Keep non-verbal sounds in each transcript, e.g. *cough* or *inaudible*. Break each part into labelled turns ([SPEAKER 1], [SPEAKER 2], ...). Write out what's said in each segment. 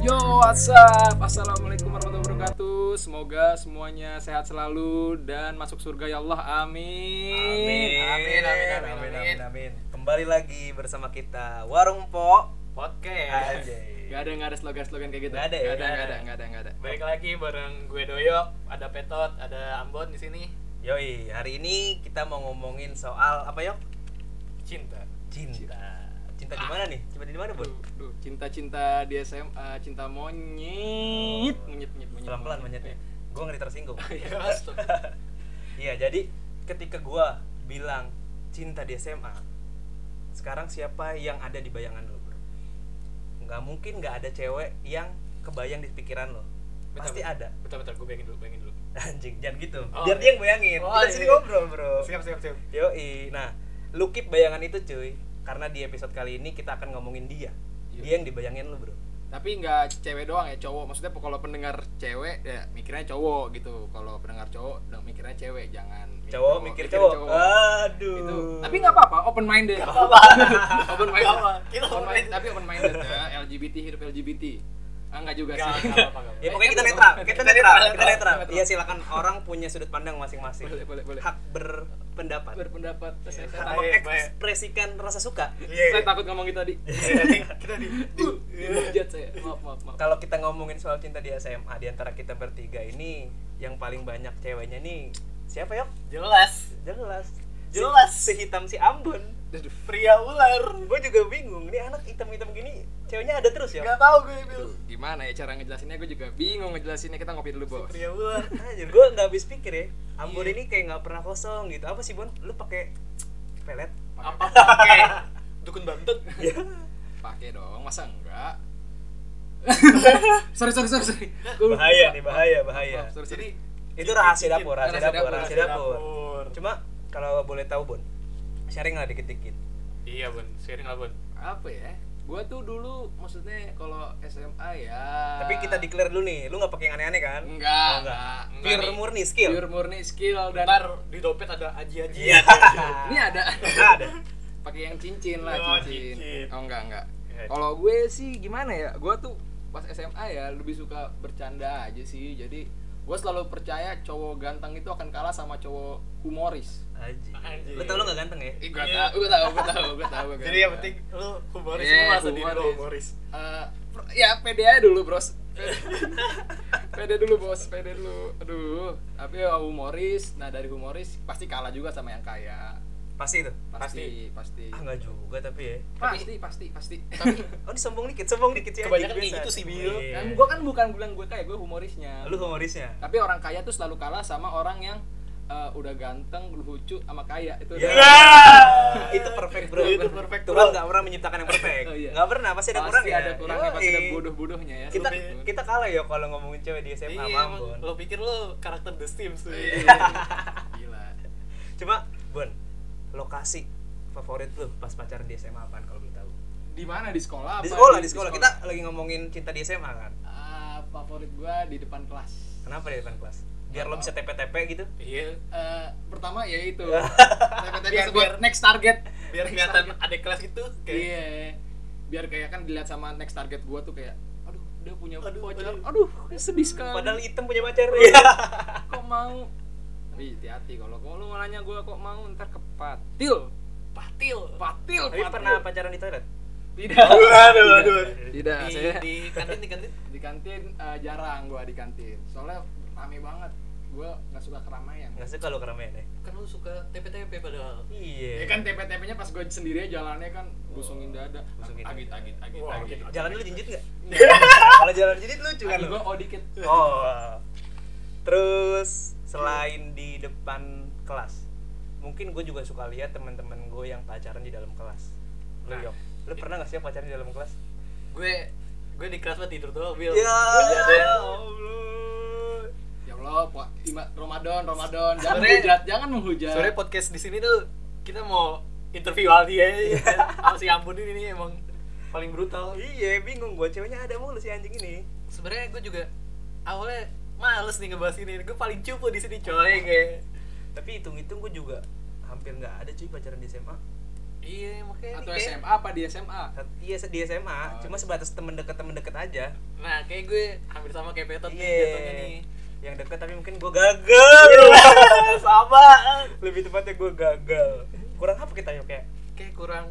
[SPEAKER 1] Halo WhatsApp, Assalamualaikum warahmatullahi wabarakatuh. Semoga semuanya sehat selalu dan masuk surga ya Allah. Amin.
[SPEAKER 2] Amin, amin, amin, amin, amin, amin. Kembali lagi bersama kita Warung Po
[SPEAKER 3] podcast.
[SPEAKER 2] Anjay.
[SPEAKER 1] Gak ada nggak ada slogan-slogan kayak gitu.
[SPEAKER 2] Nggak ada ya?
[SPEAKER 1] Gak ada
[SPEAKER 2] Nggak
[SPEAKER 1] nggak ada
[SPEAKER 2] ada.
[SPEAKER 1] nggak ada nggak ada.
[SPEAKER 3] Balik lagi bareng gue Doyok, ada Petot, ada Ambon di sini.
[SPEAKER 2] Yoi, hari ini kita mau ngomongin soal apa yok?
[SPEAKER 3] Cinta.
[SPEAKER 2] Cinta. Cinta di mana nih? Cinta di mana, Bun?
[SPEAKER 1] Duh, duh, cinta-cinta di SMA, cinta monyet, monyet, monyet, monyet.
[SPEAKER 2] Pelan-pelan monyetnya.
[SPEAKER 1] Iya.
[SPEAKER 2] Gue ngeri
[SPEAKER 1] *laughs*
[SPEAKER 2] tersinggung.
[SPEAKER 3] Ya, astaga.
[SPEAKER 2] *laughs* Iya, jadi ketika gua bilang cinta di SMA, sekarang siapa yang ada di bayangan lo, Bro? Nggak mungkin nggak ada cewek yang kebayang di pikiran lo.
[SPEAKER 3] Bentar,
[SPEAKER 2] Pasti
[SPEAKER 3] bentar.
[SPEAKER 2] ada.
[SPEAKER 3] Bentar, bentar, gue bayangin dulu, bayangin dulu.
[SPEAKER 2] *laughs* Anjing, jangan gitu.
[SPEAKER 3] Oh,
[SPEAKER 2] Biar
[SPEAKER 3] iya.
[SPEAKER 2] dia yang bayangin.
[SPEAKER 3] Oh,
[SPEAKER 2] Kita
[SPEAKER 3] iya.
[SPEAKER 2] sini ngobrol, Bro.
[SPEAKER 3] Siap, siap, siap.
[SPEAKER 2] Yoi. Nah, lu keep bayangan itu, cuy. Karena di episode kali ini kita akan ngomongin dia.
[SPEAKER 1] Iya.
[SPEAKER 2] Dia yang dibayangin lu, Bro.
[SPEAKER 1] Tapi nggak cewek doang ya, cowok. Maksudnya kalau pendengar cewek ya mikirnya cowok gitu. Kalau pendengar cowok dan mikirnya cewek, jangan gitu.
[SPEAKER 2] Cowok mikir cowok. Ah,
[SPEAKER 1] Itu.
[SPEAKER 2] Aduh.
[SPEAKER 1] Gitu. Tapi nggak apa-apa, open minded. *laughs* open minded.
[SPEAKER 3] Nggak apa, kita
[SPEAKER 1] Open
[SPEAKER 3] open
[SPEAKER 1] minded,
[SPEAKER 3] minded.
[SPEAKER 1] tapi open minded ya. LGBT hidup LGBT. Ah nggak juga
[SPEAKER 3] Gak,
[SPEAKER 1] sih.
[SPEAKER 2] Ya
[SPEAKER 3] gak apa-apa, *laughs* gak apa-apa.
[SPEAKER 2] pokoknya kita netral, kita netral, kita netral.
[SPEAKER 1] netral.
[SPEAKER 2] Iya silakan orang punya sudut pandang masing-masing.
[SPEAKER 1] Boleh, boleh, boleh.
[SPEAKER 2] Hak berpendapat.
[SPEAKER 1] Berpendapat. Saya, saya,
[SPEAKER 2] Hak
[SPEAKER 1] takut,
[SPEAKER 3] Baik, baik.
[SPEAKER 2] mengekspresikan rasa suka. Nah,
[SPEAKER 3] Iya,
[SPEAKER 1] saya takut ngomong gitu tadi.
[SPEAKER 3] iya, tadi kita di...
[SPEAKER 1] Uh, dihujat saya. Maaf, maaf, maaf.
[SPEAKER 2] Kalau kita ngomongin soal cinta di SMA di antara kita bertiga ini yang paling banyak ceweknya nih siapa yok?
[SPEAKER 3] Jelas.
[SPEAKER 2] Jelas.
[SPEAKER 3] Jelas.
[SPEAKER 2] Si, si hitam si Ambon.
[SPEAKER 1] Aduh.
[SPEAKER 3] Pria ular.
[SPEAKER 2] Gue juga bingung, nih anak hitam-hitam gini ceweknya ada terus ya?
[SPEAKER 3] Gak tau gue, *laughs* Bil.
[SPEAKER 1] Aduh, gimana ya cara ngejelasinnya gue juga bingung ngejelasinnya kita ngopi dulu bos
[SPEAKER 3] Pria ular.
[SPEAKER 2] Ya Anjir, gue nggak habis pikir ya. Ambon
[SPEAKER 3] Iya.
[SPEAKER 2] ini kayak nggak pernah kosong gitu. Apa sih Bon? Lu pakai pelet?
[SPEAKER 3] Apa pakai dukun bantet?
[SPEAKER 1] pakai dong masa enggak sorry sorry sorry, sorry. Gua-
[SPEAKER 2] Bahaya nih, bahaya, ya. bahaya.
[SPEAKER 1] Maaf, sorry, sorry.
[SPEAKER 3] Jadi
[SPEAKER 2] Itu rahasia
[SPEAKER 3] dikit-dikit.
[SPEAKER 2] dapur, rahasia
[SPEAKER 1] Rahasia
[SPEAKER 2] dapur,
[SPEAKER 1] dapur,
[SPEAKER 2] rahasia dapur. Cuma kalau boleh tahu Bon, sharing lah dikit-dikit.
[SPEAKER 3] Iya, Bun. Sharing lah, Bun.
[SPEAKER 1] apa ya gua tuh dulu maksudnya kalau SMA ya
[SPEAKER 2] Tapi kita declare dulu nih, lu nggak pakai yang aneh-aneh kan?
[SPEAKER 1] enggak
[SPEAKER 2] Oh,
[SPEAKER 1] enggak
[SPEAKER 3] Enggak
[SPEAKER 2] Pure
[SPEAKER 3] nih.
[SPEAKER 2] murni skill.
[SPEAKER 1] pure murni skill dan
[SPEAKER 3] Ntar di dompet ada aji-aji. *laughs*
[SPEAKER 2] Iya.
[SPEAKER 1] ini ada *laughs*
[SPEAKER 2] Nggak ada.
[SPEAKER 1] pakai yang cincin lah
[SPEAKER 3] Oh,
[SPEAKER 1] cincin.
[SPEAKER 3] cincin.
[SPEAKER 1] oh enggak enggak
[SPEAKER 3] Ya.
[SPEAKER 1] kalau gue sih gimana ya gue tuh pas SMA ya lebih suka bercanda aja sih jadi gue selalu percaya cowok ganteng itu akan kalah sama cowok humoris
[SPEAKER 2] Aji.
[SPEAKER 3] Anjing.
[SPEAKER 2] Lu tau lu nggak ganteng ya?
[SPEAKER 1] Eh, gue
[SPEAKER 3] Iya.
[SPEAKER 1] tau, gue tau, gue tau, gue tau.
[SPEAKER 3] *laughs*
[SPEAKER 1] gua
[SPEAKER 3] Jadi
[SPEAKER 1] tau.
[SPEAKER 3] yang penting lu humoris
[SPEAKER 1] Iya,
[SPEAKER 3] lu masa diri lu
[SPEAKER 1] humoris.
[SPEAKER 3] Eh, humoris.
[SPEAKER 1] Eh, pro- ya pede aja dulu bros.
[SPEAKER 3] *laughs*
[SPEAKER 1] Pede- pede dulu bos, pede dulu. Aduh, tapi ya humoris. Nah dari humoris pasti kalah juga sama yang kaya.
[SPEAKER 2] Pasti itu.
[SPEAKER 1] Pasti, pasti,
[SPEAKER 2] Ah nggak juga tapi ya.
[SPEAKER 1] pasti, pasti, pasti.
[SPEAKER 2] Oh disombong dikit, sombong dikit sih.
[SPEAKER 3] Kebanyakan
[SPEAKER 2] anjing,
[SPEAKER 3] kayak
[SPEAKER 2] biasa.
[SPEAKER 3] gitu sih, Bil.
[SPEAKER 2] Iya. Nah,
[SPEAKER 1] Kan gue kan bukan bilang gue kaya, gue humorisnya.
[SPEAKER 2] Lu humorisnya.
[SPEAKER 1] Tapi orang kaya tuh selalu kalah sama orang yang eh, udah ganteng, lucu, sama kaya itu.
[SPEAKER 2] Ya.
[SPEAKER 1] udah-
[SPEAKER 2] itu perfect bro.
[SPEAKER 3] *laughs* Itu perfect,
[SPEAKER 2] Tuhan
[SPEAKER 3] bro.
[SPEAKER 2] nggak pernah menciptakan yang perfect.
[SPEAKER 1] Oh, iya.
[SPEAKER 2] Nggak pernah, pasti ada kurang
[SPEAKER 1] pasti
[SPEAKER 2] ya.
[SPEAKER 1] ada kurangnya, pasti ada
[SPEAKER 2] Yoi.
[SPEAKER 1] bodoh-bodohnya ya.
[SPEAKER 2] Kita
[SPEAKER 1] Lebih-
[SPEAKER 2] kita kalah ya kalau ngomongin cewek di SMA
[SPEAKER 3] Iya,
[SPEAKER 2] sama
[SPEAKER 3] emang
[SPEAKER 2] Ambon.
[SPEAKER 3] lu pikir lu karakter The Sims lu.
[SPEAKER 1] Iya. Gila.
[SPEAKER 2] Cuma Bon, lokasi favorit lu pas pacaran di SMA apaan kalau boleh tahu?
[SPEAKER 1] Di mana di sekolah? apa?
[SPEAKER 2] Di sekolah, di sekolah. Kita lagi ngomongin cinta di SMA kan.
[SPEAKER 1] Ah, favorit gua di depan kelas.
[SPEAKER 2] Kenapa di depan kelas? Biar lo bisa TP-TP gitu.
[SPEAKER 3] Iya.
[SPEAKER 1] Eh, pertama ya
[SPEAKER 2] *laughs*
[SPEAKER 1] itu.
[SPEAKER 3] Biar-
[SPEAKER 1] biar,
[SPEAKER 3] biar-
[SPEAKER 1] next target.
[SPEAKER 3] Biar
[SPEAKER 1] Next
[SPEAKER 3] kelihatan
[SPEAKER 1] target.
[SPEAKER 3] adik kelas itu
[SPEAKER 1] Iya.
[SPEAKER 3] kayak
[SPEAKER 1] Biar kayak kan dilihat sama next target gua tuh kayak aduh, dia punya
[SPEAKER 3] Aduh,
[SPEAKER 1] pacar. Aduh,
[SPEAKER 3] aduh. *laughs*
[SPEAKER 1] sedih sekali.
[SPEAKER 2] Padahal hitam punya pacar. Iya.
[SPEAKER 1] kok mau Tapi hati-hati kalau kalau lu nanya gua kok mau ntar kepatil.
[SPEAKER 3] patil.
[SPEAKER 1] Patil,
[SPEAKER 2] Tapi
[SPEAKER 1] patil.
[SPEAKER 2] pernah pacaran di toilet?
[SPEAKER 1] Tidak.
[SPEAKER 3] *laughs* Aduh, aduh, aduh.
[SPEAKER 1] Tidak,
[SPEAKER 3] Di,
[SPEAKER 1] saya
[SPEAKER 3] di kantin, di kantin.
[SPEAKER 1] di kantin eh, jarang gua di kantin. Soalnya rame banget. Gua nggak suka keramaian.
[SPEAKER 2] Nggak suka lo keramaian ya?
[SPEAKER 3] Kan lu suka TP-TP padahal.
[SPEAKER 1] Ya
[SPEAKER 2] Iya.
[SPEAKER 1] kan TP-TP-nya pas gue sendiri jalannya kan busungin dada.
[SPEAKER 2] Busungin dada.
[SPEAKER 1] agit, agit, agit,
[SPEAKER 3] Wah,
[SPEAKER 1] agit.
[SPEAKER 2] Nah, gitu. Jalan lu jinjit nggak? Kalau jalan jinjit lucu kan
[SPEAKER 1] gue
[SPEAKER 2] lo?
[SPEAKER 1] oh dikit.
[SPEAKER 3] *laughs*
[SPEAKER 2] Oh. Terus selain di depan kelas, mungkin gue juga suka lihat teman-teman gue yang pacaran di dalam kelas. Lu
[SPEAKER 3] Nah.
[SPEAKER 2] Yok, lu pernah nggak sih pacaran di dalam kelas?
[SPEAKER 3] Gue gue di kelas mah tidur doang, Bil.
[SPEAKER 2] Ya
[SPEAKER 3] Iya, deh.
[SPEAKER 2] Allah.
[SPEAKER 1] Ya Allah, Pak. Ima- Ramadan, Ramadan. Jangan
[SPEAKER 3] Sore.
[SPEAKER 1] menghujat, jangan menghujat.
[SPEAKER 3] Sore podcast di sini tuh kita mau interview Aldi ya. Sama si Ambon ini nih emang paling brutal.
[SPEAKER 2] Iya, bingung gue ceweknya ada mulu si anjing ini.
[SPEAKER 3] sebenarnya gue juga awalnya males nih ngebahas ini gue paling cupu di sini coy kayak
[SPEAKER 2] Tapi hitung-hitung gue juga hampir nggak ada cuy pacaran di SMA.
[SPEAKER 3] Iya, makanya
[SPEAKER 1] atau
[SPEAKER 3] ini kayak-
[SPEAKER 1] SMA apa di SMA
[SPEAKER 2] Iya di SMA,
[SPEAKER 1] Oh.
[SPEAKER 2] cuma sebatas temen deket temen deket aja.
[SPEAKER 3] Nah, kayak gue hampir sama kayak Petot nih
[SPEAKER 2] Iya.
[SPEAKER 3] jatuhnya nih. *laughs*
[SPEAKER 2] Yang deket tapi mungkin gue gagal. Iya.
[SPEAKER 3] sama.
[SPEAKER 2] Lebih tepatnya gue gagal. Kurang apa kita yuk ya?
[SPEAKER 3] Kayak kurang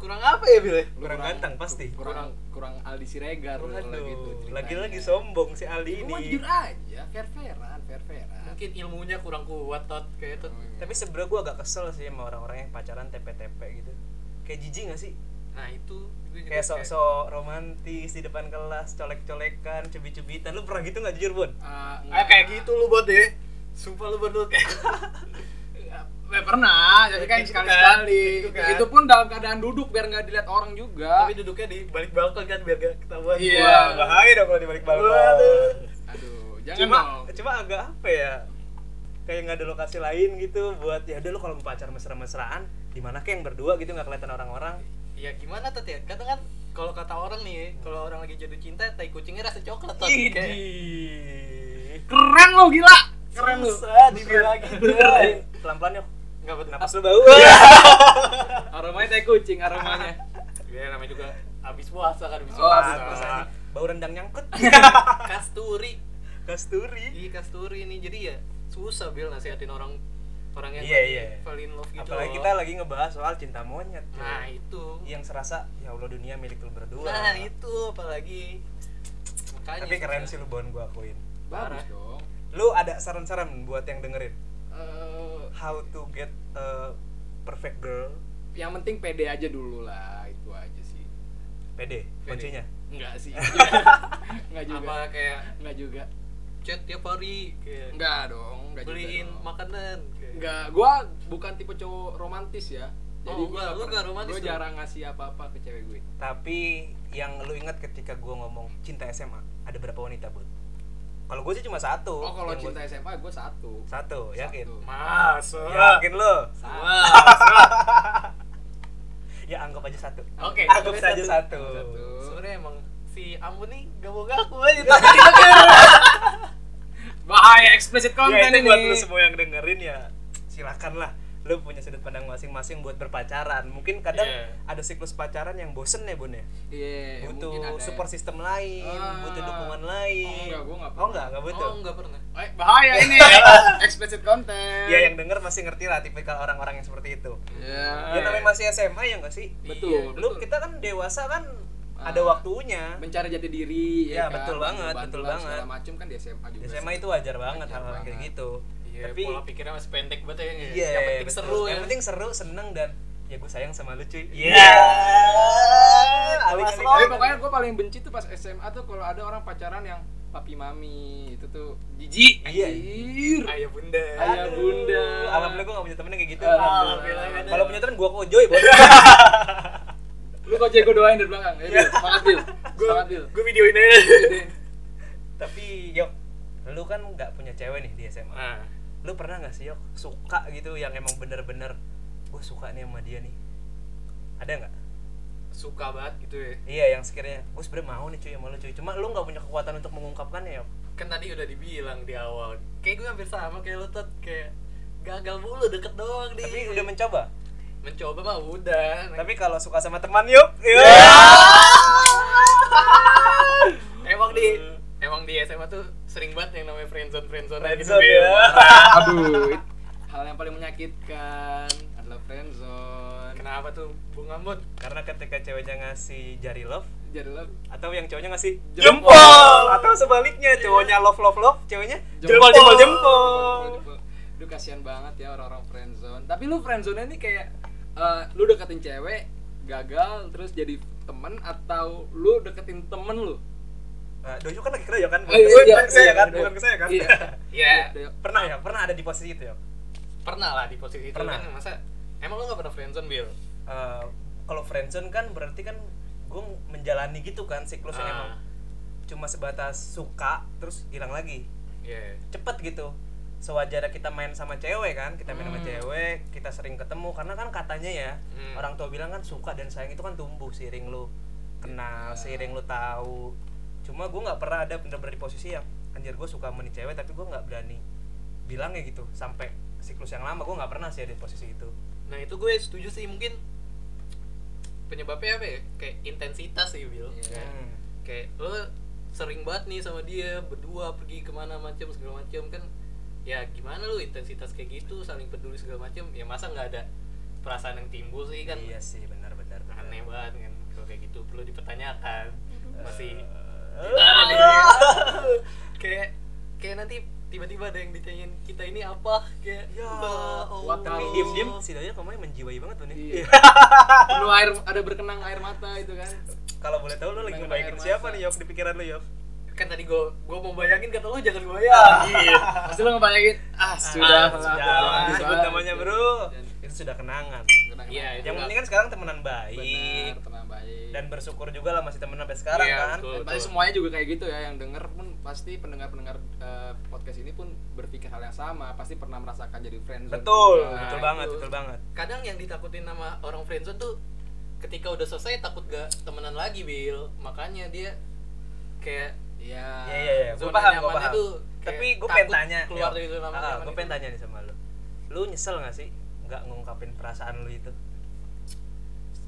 [SPEAKER 3] kurang apa ya, Bil?
[SPEAKER 1] Lu
[SPEAKER 2] Kurang ganteng, pasti.
[SPEAKER 1] kurang kurang Aldi Siregar lu kalau gitu
[SPEAKER 2] Waduh,
[SPEAKER 1] ceritanya.
[SPEAKER 2] lagi-lagi sombong si Ali
[SPEAKER 1] Lu mah
[SPEAKER 2] ini.
[SPEAKER 1] jujur aja fair fairan fair fairan
[SPEAKER 3] Mungkin ilmunya kurang kuat tot kayak tot.
[SPEAKER 2] Tapi sebenernya gue agak kesel sih sama orang-orang yang pacaran TP-TP gitu. Kayak jijik gak sih?
[SPEAKER 3] Nah, itu gue juga
[SPEAKER 2] Kayak sok-sok romantis di depan kelas, colek-colekan, cubit-cubitan. Lu pernah gitu gak jujur, Bun?
[SPEAKER 1] Ah,
[SPEAKER 3] Ah,
[SPEAKER 1] enggak.
[SPEAKER 3] kayak gitu lu buat deh. Sumpah lu berdua kayak
[SPEAKER 1] Ya, pernah, tapi kan
[SPEAKER 3] Gitu
[SPEAKER 1] sekali
[SPEAKER 3] kan,
[SPEAKER 1] sekali.
[SPEAKER 3] gitu kan.
[SPEAKER 1] Itu pun dalam keadaan duduk biar nggak dilihat orang juga.
[SPEAKER 3] tapi duduknya di balik balkon kan biar gak ketahuan.
[SPEAKER 1] Iya.
[SPEAKER 2] Wah, bahaya dong kalau dibalik
[SPEAKER 3] Waduh.
[SPEAKER 2] balkon.
[SPEAKER 1] Aduh, jangan
[SPEAKER 2] cuma
[SPEAKER 1] dong.
[SPEAKER 2] cuma agak apa ya kayak nggak ada lokasi lain gitu buat ya udah lu kalau mau pacar mesra-mesraan di mana kayak yang berdua gitu nggak kelihatan orang-orang
[SPEAKER 3] Ya gimana tot ya? Kadang kan kalau kata orang nih, kalau orang lagi jatuh cinta, tai kucingnya rasa coklat tot.
[SPEAKER 2] Ih,
[SPEAKER 3] Kayak-
[SPEAKER 2] di-
[SPEAKER 1] Keren lo gila. Keren lo.
[SPEAKER 3] Susah dibilang gitu.
[SPEAKER 2] Keren. pelan-pelan yuk
[SPEAKER 3] Enggak betul.
[SPEAKER 2] napas lu bau
[SPEAKER 1] Aromanya tai kucing aromanya.
[SPEAKER 3] Ya namanya juga habis puasa kan, habis
[SPEAKER 1] Oh,
[SPEAKER 3] puasa.
[SPEAKER 2] Pantes aja. bau rendang nyangkut
[SPEAKER 3] Kasturi.
[SPEAKER 2] kasturi
[SPEAKER 3] Iya, kasturi nih. Jadi ya susah Bil nasihatin orang orang yang
[SPEAKER 2] Iya,
[SPEAKER 3] lagi
[SPEAKER 2] iya.
[SPEAKER 3] fall in love gitu.
[SPEAKER 2] apalagi
[SPEAKER 3] loh.
[SPEAKER 2] kita lagi ngebahas soal cinta monyet cuy.
[SPEAKER 3] Nah, itu.
[SPEAKER 2] yang serasa ya Allah dunia milik lu berdua
[SPEAKER 3] Nah, itu apalagi makanya
[SPEAKER 2] tapi keren
[SPEAKER 3] susah.
[SPEAKER 2] sih lu bon gua akuin
[SPEAKER 1] Bagus
[SPEAKER 3] Parah.
[SPEAKER 1] dong.
[SPEAKER 2] lu ada saran-saran buat yang dengerin
[SPEAKER 1] Eh,
[SPEAKER 2] how to get a perfect girl
[SPEAKER 1] yang penting pede aja dulu lah, itu aja sih.
[SPEAKER 2] PD kuncinya
[SPEAKER 1] Enggak
[SPEAKER 2] *laughs*
[SPEAKER 1] sih. Enggak juga.
[SPEAKER 3] Apa kayak
[SPEAKER 1] Enggak juga.
[SPEAKER 3] chat tiap hari kayak
[SPEAKER 1] Enggak dong, enggak juga.
[SPEAKER 3] beliin
[SPEAKER 1] dong.
[SPEAKER 3] makanan kayak.
[SPEAKER 1] Enggak, gua bukan tipe cowok romantis ya. Jadi
[SPEAKER 3] Oh, enggak,
[SPEAKER 1] pernah-
[SPEAKER 3] lu enggak romantis
[SPEAKER 1] Gua
[SPEAKER 3] tuh.
[SPEAKER 1] jarang ngasih apa-apa ke cewek gue.
[SPEAKER 2] tapi yang lu ingat ketika gue ngomong cinta SMA ada berapa wanita bud kalau gue sih cuma satu
[SPEAKER 1] Oh, kalau
[SPEAKER 2] Yang
[SPEAKER 1] cinta
[SPEAKER 2] gua-
[SPEAKER 1] SMA gua satu. Ah.
[SPEAKER 2] satu yakin
[SPEAKER 1] Satu.
[SPEAKER 3] Masa?
[SPEAKER 2] yakin lo
[SPEAKER 1] Satu.
[SPEAKER 3] Masa.
[SPEAKER 2] ya anggap aja satu
[SPEAKER 3] Oke,
[SPEAKER 2] anggap
[SPEAKER 3] anggap
[SPEAKER 2] saja satu,
[SPEAKER 3] satu.
[SPEAKER 2] Ya,
[SPEAKER 1] Satu.
[SPEAKER 3] Sebenarnya emang si Ambon nih gak mau ngaku aja tapi dia kayak-
[SPEAKER 1] Bahaya explicit
[SPEAKER 2] ya
[SPEAKER 1] content
[SPEAKER 2] itu
[SPEAKER 1] ini.
[SPEAKER 2] buat lu semua yang dengerin ya silakan lah lu punya sudut pandang masing-masing buat berpacaran mungkin kadang
[SPEAKER 3] Iya.
[SPEAKER 2] ada siklus pacaran yang bosen ya bun ya
[SPEAKER 1] Iya,
[SPEAKER 2] butuh
[SPEAKER 1] mungkin ada-
[SPEAKER 2] support system lain
[SPEAKER 1] Ah.
[SPEAKER 2] butuh dukungan lain
[SPEAKER 1] Oh, enggak, gua enggak
[SPEAKER 2] oh
[SPEAKER 1] pernah.
[SPEAKER 2] enggak enggak butuh
[SPEAKER 3] Oh, enggak pernah.
[SPEAKER 1] Eh, bahaya ini.
[SPEAKER 2] Iya,
[SPEAKER 1] explicit content.
[SPEAKER 2] ya yang denger masih ngerti lah tipikal orang-orang yang seperti itu
[SPEAKER 1] Ya.
[SPEAKER 2] ya namanya masih SMA ya nggak sih
[SPEAKER 1] Betul,
[SPEAKER 2] lu
[SPEAKER 1] betul.
[SPEAKER 2] kita kan dewasa kan
[SPEAKER 1] Ah.
[SPEAKER 2] ada waktunya
[SPEAKER 1] mencari jati diri
[SPEAKER 2] Ya,
[SPEAKER 1] ya, kan?
[SPEAKER 2] Iya. betul banget,
[SPEAKER 1] Bantu-bantu
[SPEAKER 2] betul
[SPEAKER 1] lah,
[SPEAKER 2] banget.
[SPEAKER 1] segala macam kan di SMA juga
[SPEAKER 2] di SMA itu wajar banget
[SPEAKER 1] Wajar
[SPEAKER 2] hal hal kayak
[SPEAKER 1] banget.
[SPEAKER 2] gitu
[SPEAKER 3] Iya,
[SPEAKER 2] tapi
[SPEAKER 3] pola pikirnya masih pendek banget ya.
[SPEAKER 2] iya
[SPEAKER 3] yang penting
[SPEAKER 2] betul.
[SPEAKER 3] seru
[SPEAKER 2] yang
[SPEAKER 3] ya.
[SPEAKER 2] penting seru seneng dan ya gue sayang sama lu cuy
[SPEAKER 3] Iya.
[SPEAKER 2] Alik,
[SPEAKER 3] Kelas
[SPEAKER 2] alik,
[SPEAKER 3] lo.
[SPEAKER 1] tapi
[SPEAKER 2] alik.
[SPEAKER 1] pokoknya gue paling benci tuh pas SMA tuh kalau ada orang pacaran yang papi mami itu tuh jijik
[SPEAKER 2] Iya.
[SPEAKER 1] anjir
[SPEAKER 3] Ayah bunda.
[SPEAKER 1] Ayah
[SPEAKER 2] Aduh,
[SPEAKER 1] bunda.
[SPEAKER 2] alhamdulillah gue gak punya temen yang kayak gitu
[SPEAKER 3] Alhamdulillah, gak ada.
[SPEAKER 2] kalau punya temen gue kojoy
[SPEAKER 1] *laughs*
[SPEAKER 2] bos
[SPEAKER 1] lu kok jago doain dari belakang ya Bil, semangat Bil semangat Bil
[SPEAKER 3] gue videoin aja.
[SPEAKER 2] tapi yok lu kan nggak punya cewek nih di SMA
[SPEAKER 1] Ah.
[SPEAKER 3] Nah,
[SPEAKER 2] lu pernah nggak sih yok suka gitu yang emang bener-bener gue suka nih sama dia nih ada nggak
[SPEAKER 3] suka banget gitu ya.
[SPEAKER 2] iya yang sekiranya gue sebenernya mau nih cuy sama lu cuy cuma lu nggak punya kekuatan untuk mengungkapkannya yok
[SPEAKER 3] Kan tadi udah dibilang di awal. Kayak gue hampir sama kayak lo Tot. kayak gagal mulu deket doang di.
[SPEAKER 2] tapi udah mencoba
[SPEAKER 3] mencoba mah udah.
[SPEAKER 1] Nah.
[SPEAKER 2] tapi kalau suka sama teman yuk yuk.
[SPEAKER 1] Iya.
[SPEAKER 3] emang di emang di SMA tuh sering banget yang namanya friendzone friendzone gitu,
[SPEAKER 2] Friendzone
[SPEAKER 1] *laughs*
[SPEAKER 2] ya.
[SPEAKER 1] aduh it- hal yang paling menyakitkan adalah
[SPEAKER 2] ya.
[SPEAKER 1] friendzone
[SPEAKER 3] Kenapa tuh Bung Ambon?
[SPEAKER 2] karena ketika ceweknya ngasih jari love
[SPEAKER 1] jadi lo
[SPEAKER 2] atau yang cowoknya ngasih
[SPEAKER 1] Jempol.
[SPEAKER 2] atau sebaliknya cowoknya love love love ceweknya
[SPEAKER 1] Jempol.
[SPEAKER 2] jempol jempol jempol
[SPEAKER 1] Aduh kasihan banget ya orang-orang friendzone. Tapi lu friendzone ini kayak eh, lu deketin cewek gagal terus jadi temen atau lu deketin temen lu?
[SPEAKER 2] nah, doyo kan lagi ke doyo kan
[SPEAKER 1] Oh, iya,
[SPEAKER 2] Bukan
[SPEAKER 1] iya,
[SPEAKER 2] ke saya
[SPEAKER 1] iya,
[SPEAKER 2] kan
[SPEAKER 1] iya.
[SPEAKER 2] bukan ke saya kan
[SPEAKER 1] Iya.
[SPEAKER 3] Ya,
[SPEAKER 1] Doyok.
[SPEAKER 2] *laughs* pernah ya pernah ada di posisi itu ya
[SPEAKER 3] pernah lah di posisi itu
[SPEAKER 2] Pernah.
[SPEAKER 3] kan masa emang lu gak pernah friendzone Bill?
[SPEAKER 2] Eh, kalau friendzone kan berarti kan gue menjalani gitu kan siklus yang
[SPEAKER 3] Ah.
[SPEAKER 2] emang cuma sebatas suka terus hilang lagi
[SPEAKER 3] Iya.
[SPEAKER 2] cepet gitu sewajarnya kita main sama cewek kan kita main sama
[SPEAKER 3] Hmm.
[SPEAKER 2] cewek kita sering ketemu karena kan katanya ya
[SPEAKER 3] Hmm.
[SPEAKER 2] orang tua bilang kan suka dan sayang itu kan tumbuh seiring lu kenal
[SPEAKER 3] Iya.
[SPEAKER 1] Ya.
[SPEAKER 2] seiring lu tahu cuma gue nggak pernah ada bener-bener di posisi yang anjir gue suka sama nih cewek tapi gue nggak berani bilangnya gitu sampai siklus yang lama gue nggak pernah sih ada di posisi itu
[SPEAKER 3] Nah itu gue setuju sih mungkin penyebabnya apa ya? Kayak intensitas sih, Bil.
[SPEAKER 1] Iya.
[SPEAKER 3] Kayak-
[SPEAKER 2] Hmm.
[SPEAKER 3] Kayak lo sering banget nih sama dia berdua pergi kemana macam segala macam kan ya gimana lu intensitas kayak gitu saling peduli segala macam ya masa nggak ada perasaan yang timbul sih kan
[SPEAKER 2] iya sih benar-benar
[SPEAKER 3] aneh banget kan kalau kayak gitu perlu dipertanyakan
[SPEAKER 2] Mm-hmm.
[SPEAKER 3] masih
[SPEAKER 2] Eh.
[SPEAKER 3] gimana nih? *laughs* kayak kayak nanti tiba-tiba ada yang ditanyain kita ini apa kayak "Eh,
[SPEAKER 2] Ya,
[SPEAKER 3] oh."
[SPEAKER 1] What the-
[SPEAKER 3] Iya.
[SPEAKER 2] Tapi diem-diem si Daniel kemarin menjiwai banget ya? tuh nih.
[SPEAKER 1] Iya. Penuh air ada berkenang air mata itu kan.
[SPEAKER 2] Kalau boleh tahu lu lagi
[SPEAKER 1] Mengenang
[SPEAKER 2] ngebayangin
[SPEAKER 1] air
[SPEAKER 2] siapa
[SPEAKER 1] mata.
[SPEAKER 2] nih Yok di pikiran lu Yok?
[SPEAKER 3] kan tadi gue gue mau bayangin kata lu jangan ya. gue bayangin
[SPEAKER 1] Pasti lo ngebayangin ah sudah
[SPEAKER 2] Iya. Ah, sudah jangan disebut namanya bro. Itu sudah kenangan.
[SPEAKER 3] Iya,
[SPEAKER 1] Iya,
[SPEAKER 3] itu
[SPEAKER 2] Yang
[SPEAKER 3] udah-
[SPEAKER 2] penting kan sekarang temenan
[SPEAKER 1] benar,
[SPEAKER 2] baik
[SPEAKER 1] tenang baik.
[SPEAKER 2] dan bersyukur juga lah masih temenan sampai sekarang
[SPEAKER 3] Iya,
[SPEAKER 2] kan.
[SPEAKER 3] betul.
[SPEAKER 1] Dan pasti semuanya juga kayak gitu ya yang denger pun pasti pendengar-pendengar eh, podcast ini pun berpikir hal yang sama, pasti pernah merasakan jadi friend
[SPEAKER 2] Betul,
[SPEAKER 1] Nah,
[SPEAKER 2] betul
[SPEAKER 3] itu.
[SPEAKER 2] banget, betul banget.
[SPEAKER 3] kadang yang ditakutin sama orang friendzone tuh ketika udah selesai takut gak temenan lagi Bill makanya dia kayak
[SPEAKER 1] Iya.
[SPEAKER 2] Iya iya iya, gue paham, gue
[SPEAKER 3] zona Nah, nyamannya
[SPEAKER 2] paham.
[SPEAKER 3] tuh kayak
[SPEAKER 2] Tapi gue pengen
[SPEAKER 3] takut
[SPEAKER 2] tanya,
[SPEAKER 3] keluar dari zona nyaman
[SPEAKER 2] gue
[SPEAKER 3] gitu.
[SPEAKER 2] pengen tanya nih sama lu. Lu nyesel gak sih nggak ngungkapin perasaan lu itu?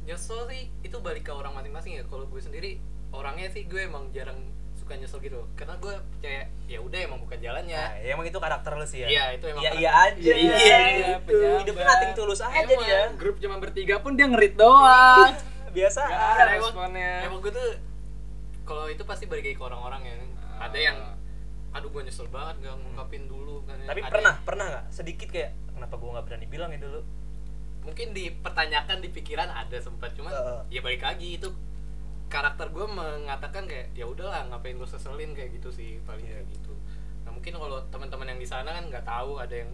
[SPEAKER 3] nyesel sih itu balik ke orang masing-masing ya kalau gue sendiri orangnya sih gue emang jarang suka nyesel gitu karena gue percaya ya udah emang bukan
[SPEAKER 2] Nah,
[SPEAKER 3] jalannya
[SPEAKER 2] emang itu karakter lu sih ya.
[SPEAKER 3] Iya, itu emang
[SPEAKER 2] Iya
[SPEAKER 3] karakter.
[SPEAKER 2] iya aja.
[SPEAKER 1] Iya, iya,
[SPEAKER 2] gitu.
[SPEAKER 1] pejabat.
[SPEAKER 2] Hidupnya nating tulus aja
[SPEAKER 3] Emang.
[SPEAKER 2] dia.
[SPEAKER 1] Grup cuma bertiga pun dia ngerit doang.
[SPEAKER 2] Iya. Biasa.
[SPEAKER 1] Nggak
[SPEAKER 2] aja.
[SPEAKER 1] ada
[SPEAKER 3] Karena emang,
[SPEAKER 1] responnya.
[SPEAKER 2] Iya.
[SPEAKER 3] emang gue tuh kalau itu pasti balik lagi ke orang-orang ya
[SPEAKER 1] Ah.
[SPEAKER 3] ada yang aduh gue nyesel banget gak ngungkapin dulu kan
[SPEAKER 2] Tapi
[SPEAKER 3] Ada
[SPEAKER 2] pernah, pernah nggak sedikit kayak kenapa gua nggak berani bilang ya dulu?
[SPEAKER 3] mungkin dipertanyakan di pikiran ada sempat cuman
[SPEAKER 2] Heeh.
[SPEAKER 3] ya balik lagi itu karakter gue mengatakan kayak ya udahlah ngapain gue seselin kayak gitu sih paling
[SPEAKER 2] Iya.
[SPEAKER 3] kayak gitu nah mungkin kalau teman-teman yang di sana kan nggak tahu ada yang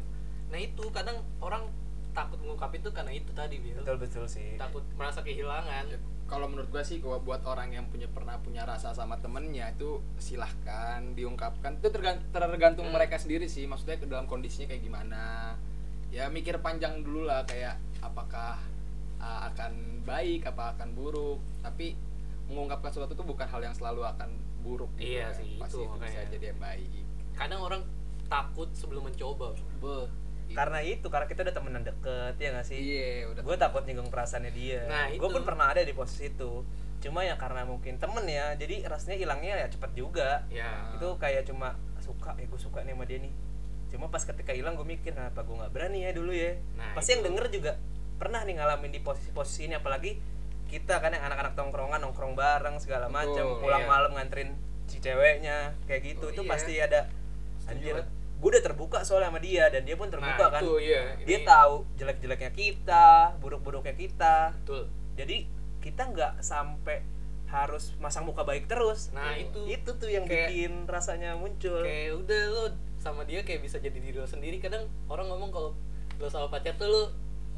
[SPEAKER 3] nah itu kadang orang takut ngungkapin tuh karena itu tadi Bil.
[SPEAKER 2] Betul betul sih.
[SPEAKER 3] takut merasa kehilangan
[SPEAKER 1] Ya, kalau menurut gua sih gua buat orang yang punya pernah punya rasa sama temennya itu silahkan diungkapkan itu tergan- tergantung mereka sendiri sih maksudnya ke dalam kondisinya kayak gimana ya mikir panjang dulu lah kayak apakah uh, akan baik apa akan buruk tapi mengungkapkan sesuatu itu bukan hal yang selalu akan buruk gitu ya.
[SPEAKER 3] Iya sih,
[SPEAKER 1] pasti
[SPEAKER 3] itu
[SPEAKER 1] itu bisa
[SPEAKER 3] makanya.
[SPEAKER 1] jadi yang baik
[SPEAKER 3] kadang orang takut sebelum mencoba
[SPEAKER 1] Beuh, gitu.
[SPEAKER 2] Karena itu, karena kita udah temenan deket ya nggak sih?
[SPEAKER 1] iya udah
[SPEAKER 2] gue takut nyinggung perasaannya dia
[SPEAKER 3] Nah,
[SPEAKER 2] gue
[SPEAKER 3] itu.
[SPEAKER 2] pun pernah ada di posisi itu cuma ya karena mungkin temen ya jadi rasanya hilangnya ya cepet juga
[SPEAKER 3] ya
[SPEAKER 2] itu kayak cuma suka ya gue suka nih sama dia nih cuma pas ketika hilang gue mikir kenapa gue nggak berani ya dulu ya
[SPEAKER 3] Nah,
[SPEAKER 2] pasti yang
[SPEAKER 3] itu.
[SPEAKER 2] denger juga pernah nih ngalamin di posisi-posisi ini apalagi kita kan yang anak-anak tongkrongan nongkrong bareng segala
[SPEAKER 1] Betul,
[SPEAKER 2] macam pulang
[SPEAKER 3] iya.
[SPEAKER 2] malam nganterin si ceweknya kayak gitu
[SPEAKER 3] Oh,
[SPEAKER 2] itu
[SPEAKER 3] iya.
[SPEAKER 2] pasti ada
[SPEAKER 3] Setuju
[SPEAKER 2] anjir
[SPEAKER 3] banget.
[SPEAKER 2] gue udah terbuka soalnya sama dia dan dia pun terbuka kan
[SPEAKER 3] itu, iya.
[SPEAKER 2] dia
[SPEAKER 3] Ini-
[SPEAKER 2] tahu jelek-jeleknya kita, buruk-buruknya kita.
[SPEAKER 3] betul
[SPEAKER 2] Jadi kita nggak sampai harus masang muka baik terus.
[SPEAKER 3] nah
[SPEAKER 1] Betul.
[SPEAKER 3] itu
[SPEAKER 2] itu tuh yang
[SPEAKER 3] Kayak-
[SPEAKER 2] bikin rasanya muncul.
[SPEAKER 3] kayak udah lo sama dia kayak bisa jadi diri lo sendiri kadang orang ngomong kalau lo sama pacar tuh lo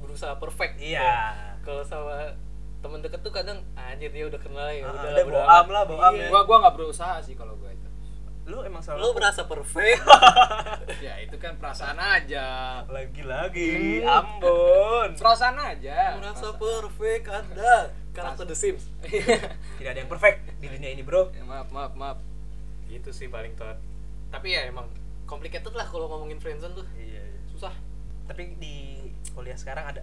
[SPEAKER 3] berusaha perfect
[SPEAKER 2] Iya.
[SPEAKER 3] kalau sama temen deket tuh kadang anjir dia udah kenal ya
[SPEAKER 2] Ah,
[SPEAKER 3] udah
[SPEAKER 2] udah
[SPEAKER 3] bodo
[SPEAKER 2] boam
[SPEAKER 3] amat."
[SPEAKER 2] lah, boam
[SPEAKER 3] Iya.
[SPEAKER 1] gua gua nggak berusaha sih kalau gua itu
[SPEAKER 2] Lu emang selalu
[SPEAKER 3] lo merasa *laughs* perfect
[SPEAKER 1] ya itu kan perasaan aja
[SPEAKER 2] lagi-lagi Ambon.
[SPEAKER 1] perasaan aja *laughs* Perasaan.
[SPEAKER 3] merasa
[SPEAKER 1] Iya.
[SPEAKER 3] perfect anda karakter The Sims
[SPEAKER 2] Tidak ada yang perfect di dunia ini, Bro.
[SPEAKER 1] Ya, maaf maaf maaf
[SPEAKER 3] gitu sih paling tot tapi ya emang complicated lah kalau ngomongin friendzone tuh
[SPEAKER 2] Iya.
[SPEAKER 3] susah
[SPEAKER 2] Tapi di kuliah sekarang ada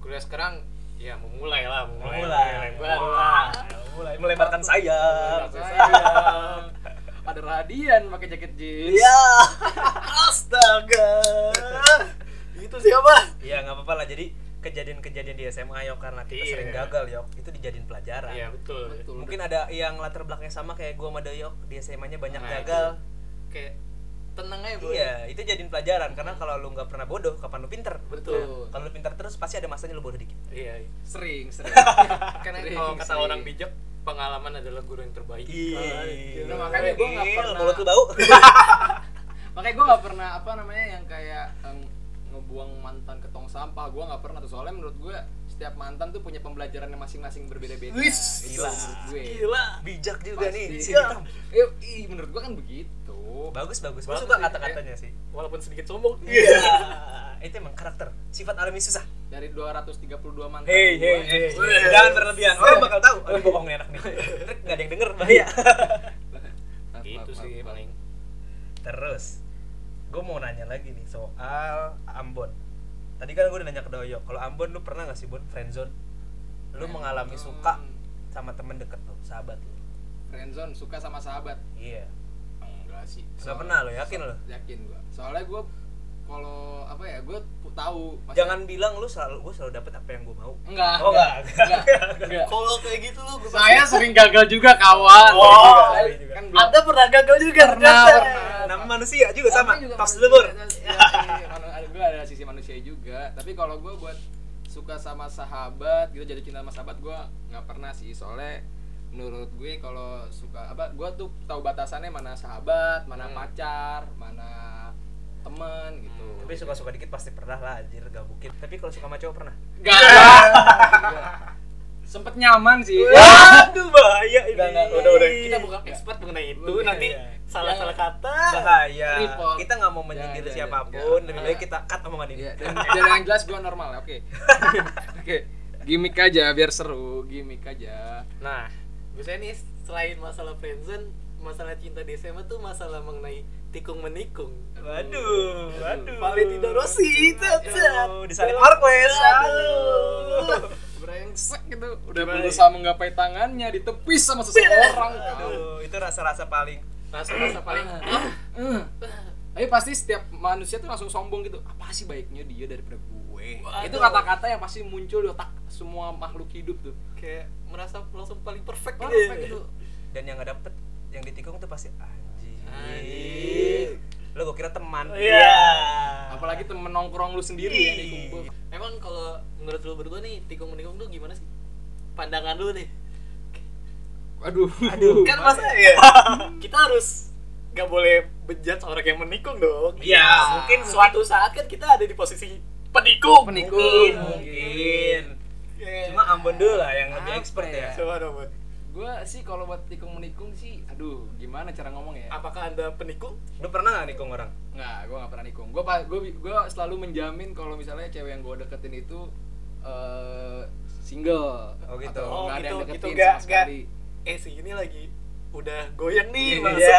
[SPEAKER 3] kuliah sekarang ya memulai lah memulai
[SPEAKER 2] mulai
[SPEAKER 3] Memulai.
[SPEAKER 2] mulai melebarkan sayap.
[SPEAKER 1] Perasaan saya. ada radian pakai jaket jeans
[SPEAKER 2] Iya. *laughs* Astaga.
[SPEAKER 3] itu siapa
[SPEAKER 2] Iya nggak apa-apa lah. Jadi kejadian-kejadian di SMA yok karena kita
[SPEAKER 3] Iya.
[SPEAKER 2] sering gagal yok itu dijadiin pelajaran.
[SPEAKER 3] iya betul
[SPEAKER 1] Betul.
[SPEAKER 2] Mungkin ada yang latar belakangnya sama kayak gua sama Doyok di SMA-nya banyak
[SPEAKER 3] Nah,
[SPEAKER 2] gagal.
[SPEAKER 3] kayak tenang aja bro
[SPEAKER 2] Iya, itu jadiin pelajaran karena kalau lu nggak pernah bodoh, kapan lu pinter? Iya.
[SPEAKER 3] Betul.
[SPEAKER 2] Kalau lu pinter terus pasti ada masanya lu bodoh dikit.
[SPEAKER 3] iya iya.
[SPEAKER 1] sering
[SPEAKER 2] *laughs*
[SPEAKER 1] sering
[SPEAKER 3] karena
[SPEAKER 1] Sering,
[SPEAKER 3] kalau kata
[SPEAKER 1] sering.
[SPEAKER 3] orang bijak pengalaman adalah guru yang terbaik
[SPEAKER 1] Nah, makanya gua nggak
[SPEAKER 2] Ih,
[SPEAKER 1] pernah-
[SPEAKER 2] Iya. Mulut lu
[SPEAKER 1] *laughs*
[SPEAKER 2] bau.
[SPEAKER 1] makanya gue nggak pernah apa namanya yang kayak em, ngebuang mantan ke tong sampah gue nggak pernah tuh soalnya menurut gue setiap mantan tuh punya pembelajarannya masing-masing berbeda-beda
[SPEAKER 3] Wih,
[SPEAKER 1] Itu
[SPEAKER 2] gila.
[SPEAKER 1] menurut gue
[SPEAKER 3] gila
[SPEAKER 2] Bijak juga
[SPEAKER 1] Pasti.
[SPEAKER 2] nih. si
[SPEAKER 1] Iya.
[SPEAKER 2] Hitam.
[SPEAKER 1] Eh, ih, menurut gue kan begitu
[SPEAKER 2] Bagus bagus. Gua
[SPEAKER 1] Bagus
[SPEAKER 2] suka
[SPEAKER 1] sih.
[SPEAKER 2] kata-katanya
[SPEAKER 1] *laughs*
[SPEAKER 2] sih.
[SPEAKER 3] walaupun sedikit sombong
[SPEAKER 2] Iya. itu emang karakter, sifat alami susah.
[SPEAKER 1] dari 232 mantan
[SPEAKER 2] Hei,
[SPEAKER 1] gua, ya.
[SPEAKER 2] hei, hei, jangan berlebihan. Orang bakal tahu. Aduh, bohong nih anak
[SPEAKER 1] *laughs*
[SPEAKER 2] nih. Ntar nggak ada yang denger,
[SPEAKER 1] Iya.
[SPEAKER 2] bahaya.
[SPEAKER 1] Maaf,
[SPEAKER 3] itu
[SPEAKER 1] maaf,
[SPEAKER 3] Gitu sih
[SPEAKER 1] maaf.
[SPEAKER 3] paling
[SPEAKER 2] Terus, gue mau nanya lagi nih soal Ambon. Tadi kan gue udah nanya ke Doyo, kalau Ambon lu pernah nggak sih Bon friendzone? lu mengalami suka sama temen deket lu sahabat lu
[SPEAKER 1] friendzone suka sama sahabat
[SPEAKER 2] iya
[SPEAKER 1] enggak sih
[SPEAKER 2] nggak pernah lo yakin lo
[SPEAKER 1] yakin gua soalnya gua kalau apa ya gua pu- tahu maksudnya-
[SPEAKER 2] jangan bilang lu selalu gue selalu dapet apa yang gue mau
[SPEAKER 1] enggak
[SPEAKER 2] Oh,
[SPEAKER 1] enggak
[SPEAKER 2] *laughs* enggak. Oh,
[SPEAKER 1] enggak, enggak.
[SPEAKER 3] Kalau kayak gitu lu gua
[SPEAKER 4] Saya sering gagal juga kawan.
[SPEAKER 2] Wow.
[SPEAKER 1] Saya
[SPEAKER 2] juga.
[SPEAKER 1] kan belum
[SPEAKER 3] Anda pernah gagal juga
[SPEAKER 1] Pernah,
[SPEAKER 3] ternyata.
[SPEAKER 1] pernah.
[SPEAKER 2] nama manusia juga sama
[SPEAKER 1] Tapi juga
[SPEAKER 2] pas
[SPEAKER 1] manusia,
[SPEAKER 2] lebur
[SPEAKER 1] ada- iya, iya, manu- ada- gua ada sisi manusia juga tapi kalau gua buat suka sama sahabat gitu jadi cinta sama sahabat gua nggak pernah sih soalnya menurut gue kalau suka apa gua tuh tahu batasannya mana sahabat mana
[SPEAKER 2] Hmm.
[SPEAKER 1] pacar mana temen gitu
[SPEAKER 2] tapi suka suka dikit pasti pernah lah anjir gak mungkin tapi kalau suka sama cowok pernah
[SPEAKER 1] Nggak, nggak. *laughs*
[SPEAKER 4] Sempet nyaman sih.
[SPEAKER 2] Iya. waduh bahaya ini
[SPEAKER 1] Nggak, nggak,
[SPEAKER 3] Udah udah kita bukan expert mengenai itu.
[SPEAKER 2] Bukan,
[SPEAKER 3] Nanti
[SPEAKER 2] iya.
[SPEAKER 3] salah-salah kata.
[SPEAKER 2] bahaya
[SPEAKER 1] Report.
[SPEAKER 2] kita nggak mau
[SPEAKER 1] Jangan,
[SPEAKER 2] menyindir
[SPEAKER 1] jangan,
[SPEAKER 2] siapapun
[SPEAKER 1] jangan.
[SPEAKER 2] lebih baik kita cut omongan ini
[SPEAKER 1] Iya, dan, dan yang jelas gua normal ya, oke
[SPEAKER 2] *laughs*
[SPEAKER 1] oke gimmick aja biar seru gimmick aja
[SPEAKER 2] nah
[SPEAKER 3] Biasanya nih selain masalah friendzone, masalah cinta di SMA tuh masalah mengenai tikung menikung.
[SPEAKER 2] waduh waduh
[SPEAKER 3] Valentino Rossi, tet, tet.
[SPEAKER 2] Aduh, disalip Marquez
[SPEAKER 3] Aduh.
[SPEAKER 2] aduh
[SPEAKER 1] brengsek gitu udah
[SPEAKER 3] Gimana
[SPEAKER 1] berusaha menggapai tangannya ditepis sama seseorang kan
[SPEAKER 2] Aduh, itu rasa-rasa paling
[SPEAKER 3] Langsung rasa paling
[SPEAKER 1] Eh. tapi pasti setiap manusia tuh langsung sombong gitu apa sih baiknya dia daripada gue
[SPEAKER 3] Waduh.
[SPEAKER 1] itu kata-kata yang pasti muncul di otak semua makhluk hidup tuh
[SPEAKER 3] kayak merasa langsung paling perfect gitu.
[SPEAKER 1] Perfect gitu
[SPEAKER 2] dan yang nggak dapet yang ditikung tuh pasti anjing
[SPEAKER 3] Anjing.
[SPEAKER 2] lo gue kira teman Iya,
[SPEAKER 3] Iya.
[SPEAKER 1] apalagi temen nongkrong lu sendiri ya, yang dikumpul
[SPEAKER 3] Emang kalau menurut lu berdua nih tikung menikung tuh gimana sih? Pandangan lu nih.
[SPEAKER 1] aduh
[SPEAKER 2] Aduh.
[SPEAKER 3] Kan masa ya *laughs* kita harus nggak boleh bejat orang yang menikung dong.
[SPEAKER 2] Iya,
[SPEAKER 3] Mungkin suatu saat kan kita ada di posisi penikung.
[SPEAKER 1] Penikung.
[SPEAKER 2] mungkin
[SPEAKER 1] Mungkin.
[SPEAKER 2] mungkin
[SPEAKER 3] Iya.
[SPEAKER 2] cuma Ambon dulu lah yang
[SPEAKER 1] Apa
[SPEAKER 2] lebih expert
[SPEAKER 1] ya?
[SPEAKER 2] ya
[SPEAKER 3] Coba dong, Bud.
[SPEAKER 1] gue sih kalau buat tikung menikung sih aduh gimana cara ngomong ya
[SPEAKER 3] Apakah Anda penikung?
[SPEAKER 2] lo pernah nggak nikung orang
[SPEAKER 1] nggak gue nggak pernah nikung gue gue gue selalu menjamin kalau misalnya cewek yang gue deketin itu eh, single
[SPEAKER 2] Oh, gitu.
[SPEAKER 1] atau
[SPEAKER 3] Oh,
[SPEAKER 1] nggak ada yang
[SPEAKER 3] gitu,
[SPEAKER 1] deketin
[SPEAKER 3] gitu. Nggak-
[SPEAKER 1] sama sekali
[SPEAKER 3] Eh, si ini lagi udah goyang
[SPEAKER 2] Iya.
[SPEAKER 3] nih. masuk.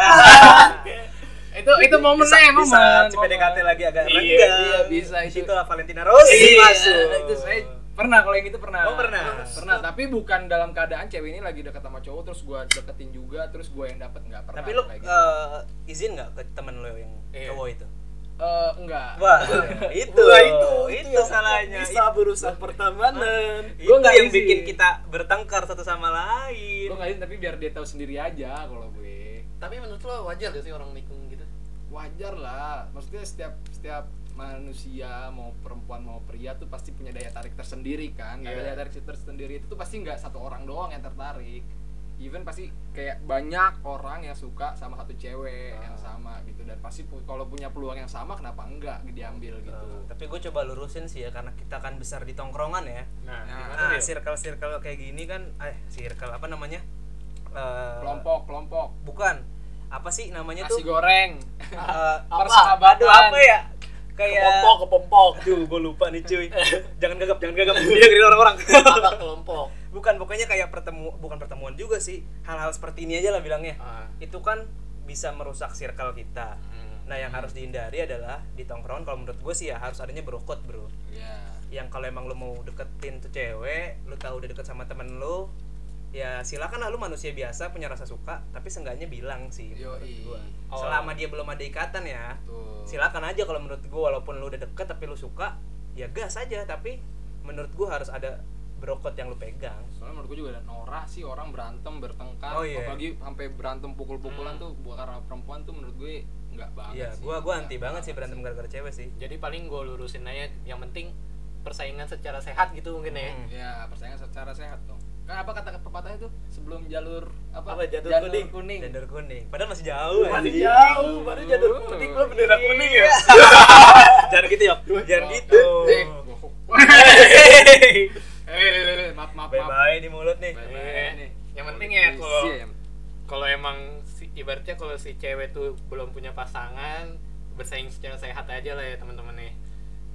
[SPEAKER 3] *laughs*
[SPEAKER 1] itu itu momennya
[SPEAKER 2] Bisa-
[SPEAKER 1] Eh, emang
[SPEAKER 2] bisa
[SPEAKER 1] momen,
[SPEAKER 2] si
[SPEAKER 1] momen.
[SPEAKER 2] PDKT lagi agak
[SPEAKER 3] Iya,
[SPEAKER 2] renggang
[SPEAKER 1] iya, bisa,
[SPEAKER 2] di
[SPEAKER 1] itu.
[SPEAKER 2] situ lah Valentina Rossi
[SPEAKER 1] Iya,
[SPEAKER 2] masuk
[SPEAKER 1] itu saya pernah kalau yang itu pernah
[SPEAKER 2] Oh, pernah.
[SPEAKER 1] pernah tapi bukan dalam keadaan cewek ini lagi deket sama cowok terus gue deketin juga terus gue yang dapet nggak pernah
[SPEAKER 2] tapi lo
[SPEAKER 1] kayak gitu.
[SPEAKER 2] eh, izin nggak ke temen lo yang
[SPEAKER 3] Iya.
[SPEAKER 2] cowok itu
[SPEAKER 1] Eh, enggak
[SPEAKER 2] Iya. wah itu
[SPEAKER 3] Wah,
[SPEAKER 2] itu itu
[SPEAKER 3] yang
[SPEAKER 2] salahnya
[SPEAKER 3] Bisa berusahan pertemanan.
[SPEAKER 2] itu
[SPEAKER 1] Gua nggak
[SPEAKER 2] yang
[SPEAKER 1] izin.
[SPEAKER 2] bikin kita bertengkar satu sama lain
[SPEAKER 1] gue ngalin tapi biar dia tahu sendiri aja kalau gue
[SPEAKER 3] Tapi menurut lo wajar gak sih orang nikung gitu?
[SPEAKER 1] wajar lah maksudnya setiap setiap manusia mau perempuan mau pria tuh pasti punya daya tarik tersendiri kan Nah,
[SPEAKER 3] Iya.
[SPEAKER 1] daya tarik tersendiri itu tuh pasti nggak satu orang doang yang tertarik even pasti kayak banyak orang yang suka sama satu cewek
[SPEAKER 2] Ah.
[SPEAKER 1] yang sama gitu dan pasti pu- kalau punya peluang yang sama kenapa enggak diambil gitu
[SPEAKER 2] Eh, tapi gue coba lurusin sih ya karena kita kan besar di tongkrongan ya
[SPEAKER 3] Nah,
[SPEAKER 2] nah circle circle kayak gini kan eh circle apa namanya Eh,
[SPEAKER 1] kelompok kelompok
[SPEAKER 2] bukan apa sih namanya
[SPEAKER 1] nasi
[SPEAKER 2] tuh
[SPEAKER 1] goreng *laughs*
[SPEAKER 2] Eh,
[SPEAKER 1] persahabatan
[SPEAKER 2] apa ya kayak
[SPEAKER 3] kepompok, kepompok.
[SPEAKER 2] Duh, gue lupa nih cuy. jangan gagap, jangan gagap. *laughs* Dia dengerin orang-orang.
[SPEAKER 3] Apa kelompok?
[SPEAKER 2] bukan, pokoknya kayak pertemu bukan pertemuan juga sih. Hal-hal seperti ini aja lah bilangnya.
[SPEAKER 3] Nah,
[SPEAKER 2] Itu kan bisa merusak circle kita.
[SPEAKER 1] Hmm.
[SPEAKER 2] Nah, yang harus dihindari adalah di tongkrongan kalau menurut gue sih ya harus adanya brokot, Bro.
[SPEAKER 1] ya
[SPEAKER 2] Yang kalau emang lu mau deketin tuh cewek, lu tahu udah deket sama temen lu, ya silakan lah lu manusia biasa punya rasa suka, tapi seenggaknya bilang sih.
[SPEAKER 1] yo oh.
[SPEAKER 2] menurut
[SPEAKER 1] i
[SPEAKER 2] gua. Selama dia belum ada ikatan ya
[SPEAKER 1] tuh
[SPEAKER 2] silakan aja kalau menurut gue walaupun lu udah deket tapi lu suka ya gas aja tapi menurut gue harus ada brokot yang lu pegang
[SPEAKER 1] soalnya menurut gue juga ada norak sih orang berantem bertengkar
[SPEAKER 2] Oh, iya.
[SPEAKER 1] apalagi sampai berantem pukul-pukulan
[SPEAKER 3] Hmm.
[SPEAKER 1] tuh buat karena perempuan tuh menurut gue nggak banget
[SPEAKER 2] iya
[SPEAKER 1] sih
[SPEAKER 2] gue gua anti banget sih berantem gara-gara cewek sih
[SPEAKER 3] Jadi paling gue lurusin aja yang penting persaingan secara sehat gitu mungkin ya.
[SPEAKER 2] Hmm.
[SPEAKER 1] ya persaingan secara sehat dong kan apa kata pepatahnya tuh sebelum jalur apa,
[SPEAKER 3] Apa, jalur kuning?
[SPEAKER 2] Jandar kuning padahal masih jauh anjing.
[SPEAKER 3] jauh, baru jadul
[SPEAKER 1] kuning,
[SPEAKER 3] lo bendera kuning ya.
[SPEAKER 2] jangan gitu ya jangan gitu
[SPEAKER 1] eh gua- eh, eh, eh, eh, maaf maaf
[SPEAKER 2] bye
[SPEAKER 1] maaf
[SPEAKER 2] bye di mulut nih
[SPEAKER 1] Bye-bye nih.
[SPEAKER 3] Eh, Yang penting ya
[SPEAKER 1] Polisi
[SPEAKER 3] kalau
[SPEAKER 1] ya.
[SPEAKER 3] kalau emang si, ibaratnya kalau si cewek tuh belum punya pasangan bersaing secara sehat aja lah ya teman-teman nih.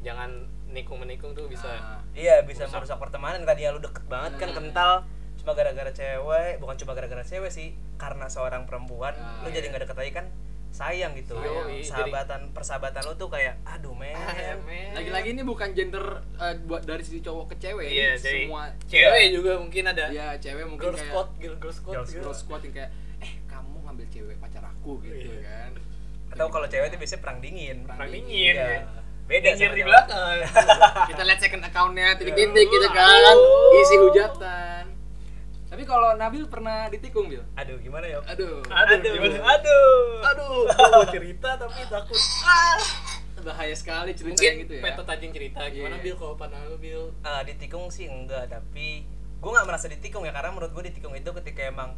[SPEAKER 3] Jangan nikung menikung tuh bisa.
[SPEAKER 1] Nah,
[SPEAKER 2] iya bisa
[SPEAKER 3] Rusak.
[SPEAKER 2] merusak pertemanan tadi ya lu deket banget kan kental cuma gara-gara cewek bukan cuma gara-gara cewek sih karena seorang perempuan
[SPEAKER 1] Nah,
[SPEAKER 2] lu jadi nggak deket lagi kan sayang gitu
[SPEAKER 3] Yoi,
[SPEAKER 2] sahabatan persahabatan lo tuh kayak aduh
[SPEAKER 3] *laughs*
[SPEAKER 2] men
[SPEAKER 3] Ah, men.
[SPEAKER 1] Lagi-lagi ini bukan gender eh, buat dari sisi cowok ke cewek,
[SPEAKER 3] Iya,
[SPEAKER 1] ini
[SPEAKER 3] dari
[SPEAKER 1] semua
[SPEAKER 3] cewek juga mungkin ada
[SPEAKER 1] ya cewek mungkin
[SPEAKER 3] girl
[SPEAKER 1] kayak
[SPEAKER 3] squad, girl, girl squad,
[SPEAKER 2] Girl
[SPEAKER 3] gitu.
[SPEAKER 1] girl squad yang kayak eh kamu ngambil cewek pacar aku gitu
[SPEAKER 3] Iya. *laughs*
[SPEAKER 1] kan.
[SPEAKER 2] atau kalau cewek tuh biasanya perang dingin
[SPEAKER 1] Perang
[SPEAKER 3] Perang
[SPEAKER 1] dingin,
[SPEAKER 3] dingin.
[SPEAKER 2] Iya.
[SPEAKER 3] ya.
[SPEAKER 2] beda
[SPEAKER 3] Dingin
[SPEAKER 2] sama
[SPEAKER 3] di
[SPEAKER 2] cewek.
[SPEAKER 3] belakang. *laughs*
[SPEAKER 1] kita lihat second accountnya titik-titik gitu kan
[SPEAKER 3] Aduh.
[SPEAKER 1] isi hujatan tapi kalau Nabil pernah ditikung Bil
[SPEAKER 2] aduh gimana ya
[SPEAKER 1] aduh
[SPEAKER 2] aduh
[SPEAKER 3] Aduh, gimana?
[SPEAKER 2] aduh
[SPEAKER 3] Aduh, gua mau cerita tapi takut. Ah.
[SPEAKER 1] bahaya sekali cerita
[SPEAKER 3] Mungkin
[SPEAKER 1] yang gitu ya
[SPEAKER 3] Peto Tanjung cerita
[SPEAKER 1] Iya.
[SPEAKER 3] gimana Bil kalau pandangan lu Bil?
[SPEAKER 2] Eh, ditikung sih enggak tapi gue nggak merasa ditikung ya karena menurut gue ditikung itu ketika emang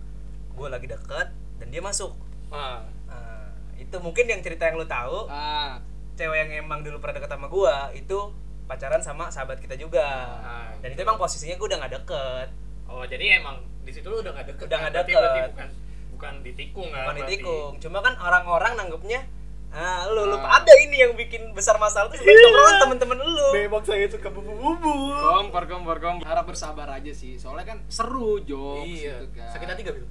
[SPEAKER 2] gue lagi deket dan dia masuk
[SPEAKER 3] Ah,
[SPEAKER 2] Eh, itu mungkin yang cerita yang lo tahu
[SPEAKER 1] ah
[SPEAKER 2] cewek yang emang dulu pernah deket sama gua itu pacaran sama sahabat kita juga
[SPEAKER 3] Ah,
[SPEAKER 2] dan itu
[SPEAKER 3] gitu.
[SPEAKER 2] emang posisinya gua udah nggak deket
[SPEAKER 3] Oh, jadi emang di situ lu udah gak deket.
[SPEAKER 2] Udah
[SPEAKER 3] kan?
[SPEAKER 2] nggak
[SPEAKER 3] Berarti-
[SPEAKER 2] deket.
[SPEAKER 3] Berarti bukan bukan ditikung kan?
[SPEAKER 2] bukan
[SPEAKER 3] berarti.
[SPEAKER 2] ditikung cuma kan orang-orang nanggepnya ah lu lu
[SPEAKER 1] Ah.
[SPEAKER 2] ada ini yang bikin besar masalah tuh sebenarnya tongkrongan temen-temen lu
[SPEAKER 3] Memang saya suka bubu-bubu.
[SPEAKER 1] kompor kompor kompor harap bersabar aja sih soalnya kan seru jokes
[SPEAKER 3] Iya.
[SPEAKER 1] gitu kan
[SPEAKER 3] Sakit hati gak Bil?
[SPEAKER 2] Eh,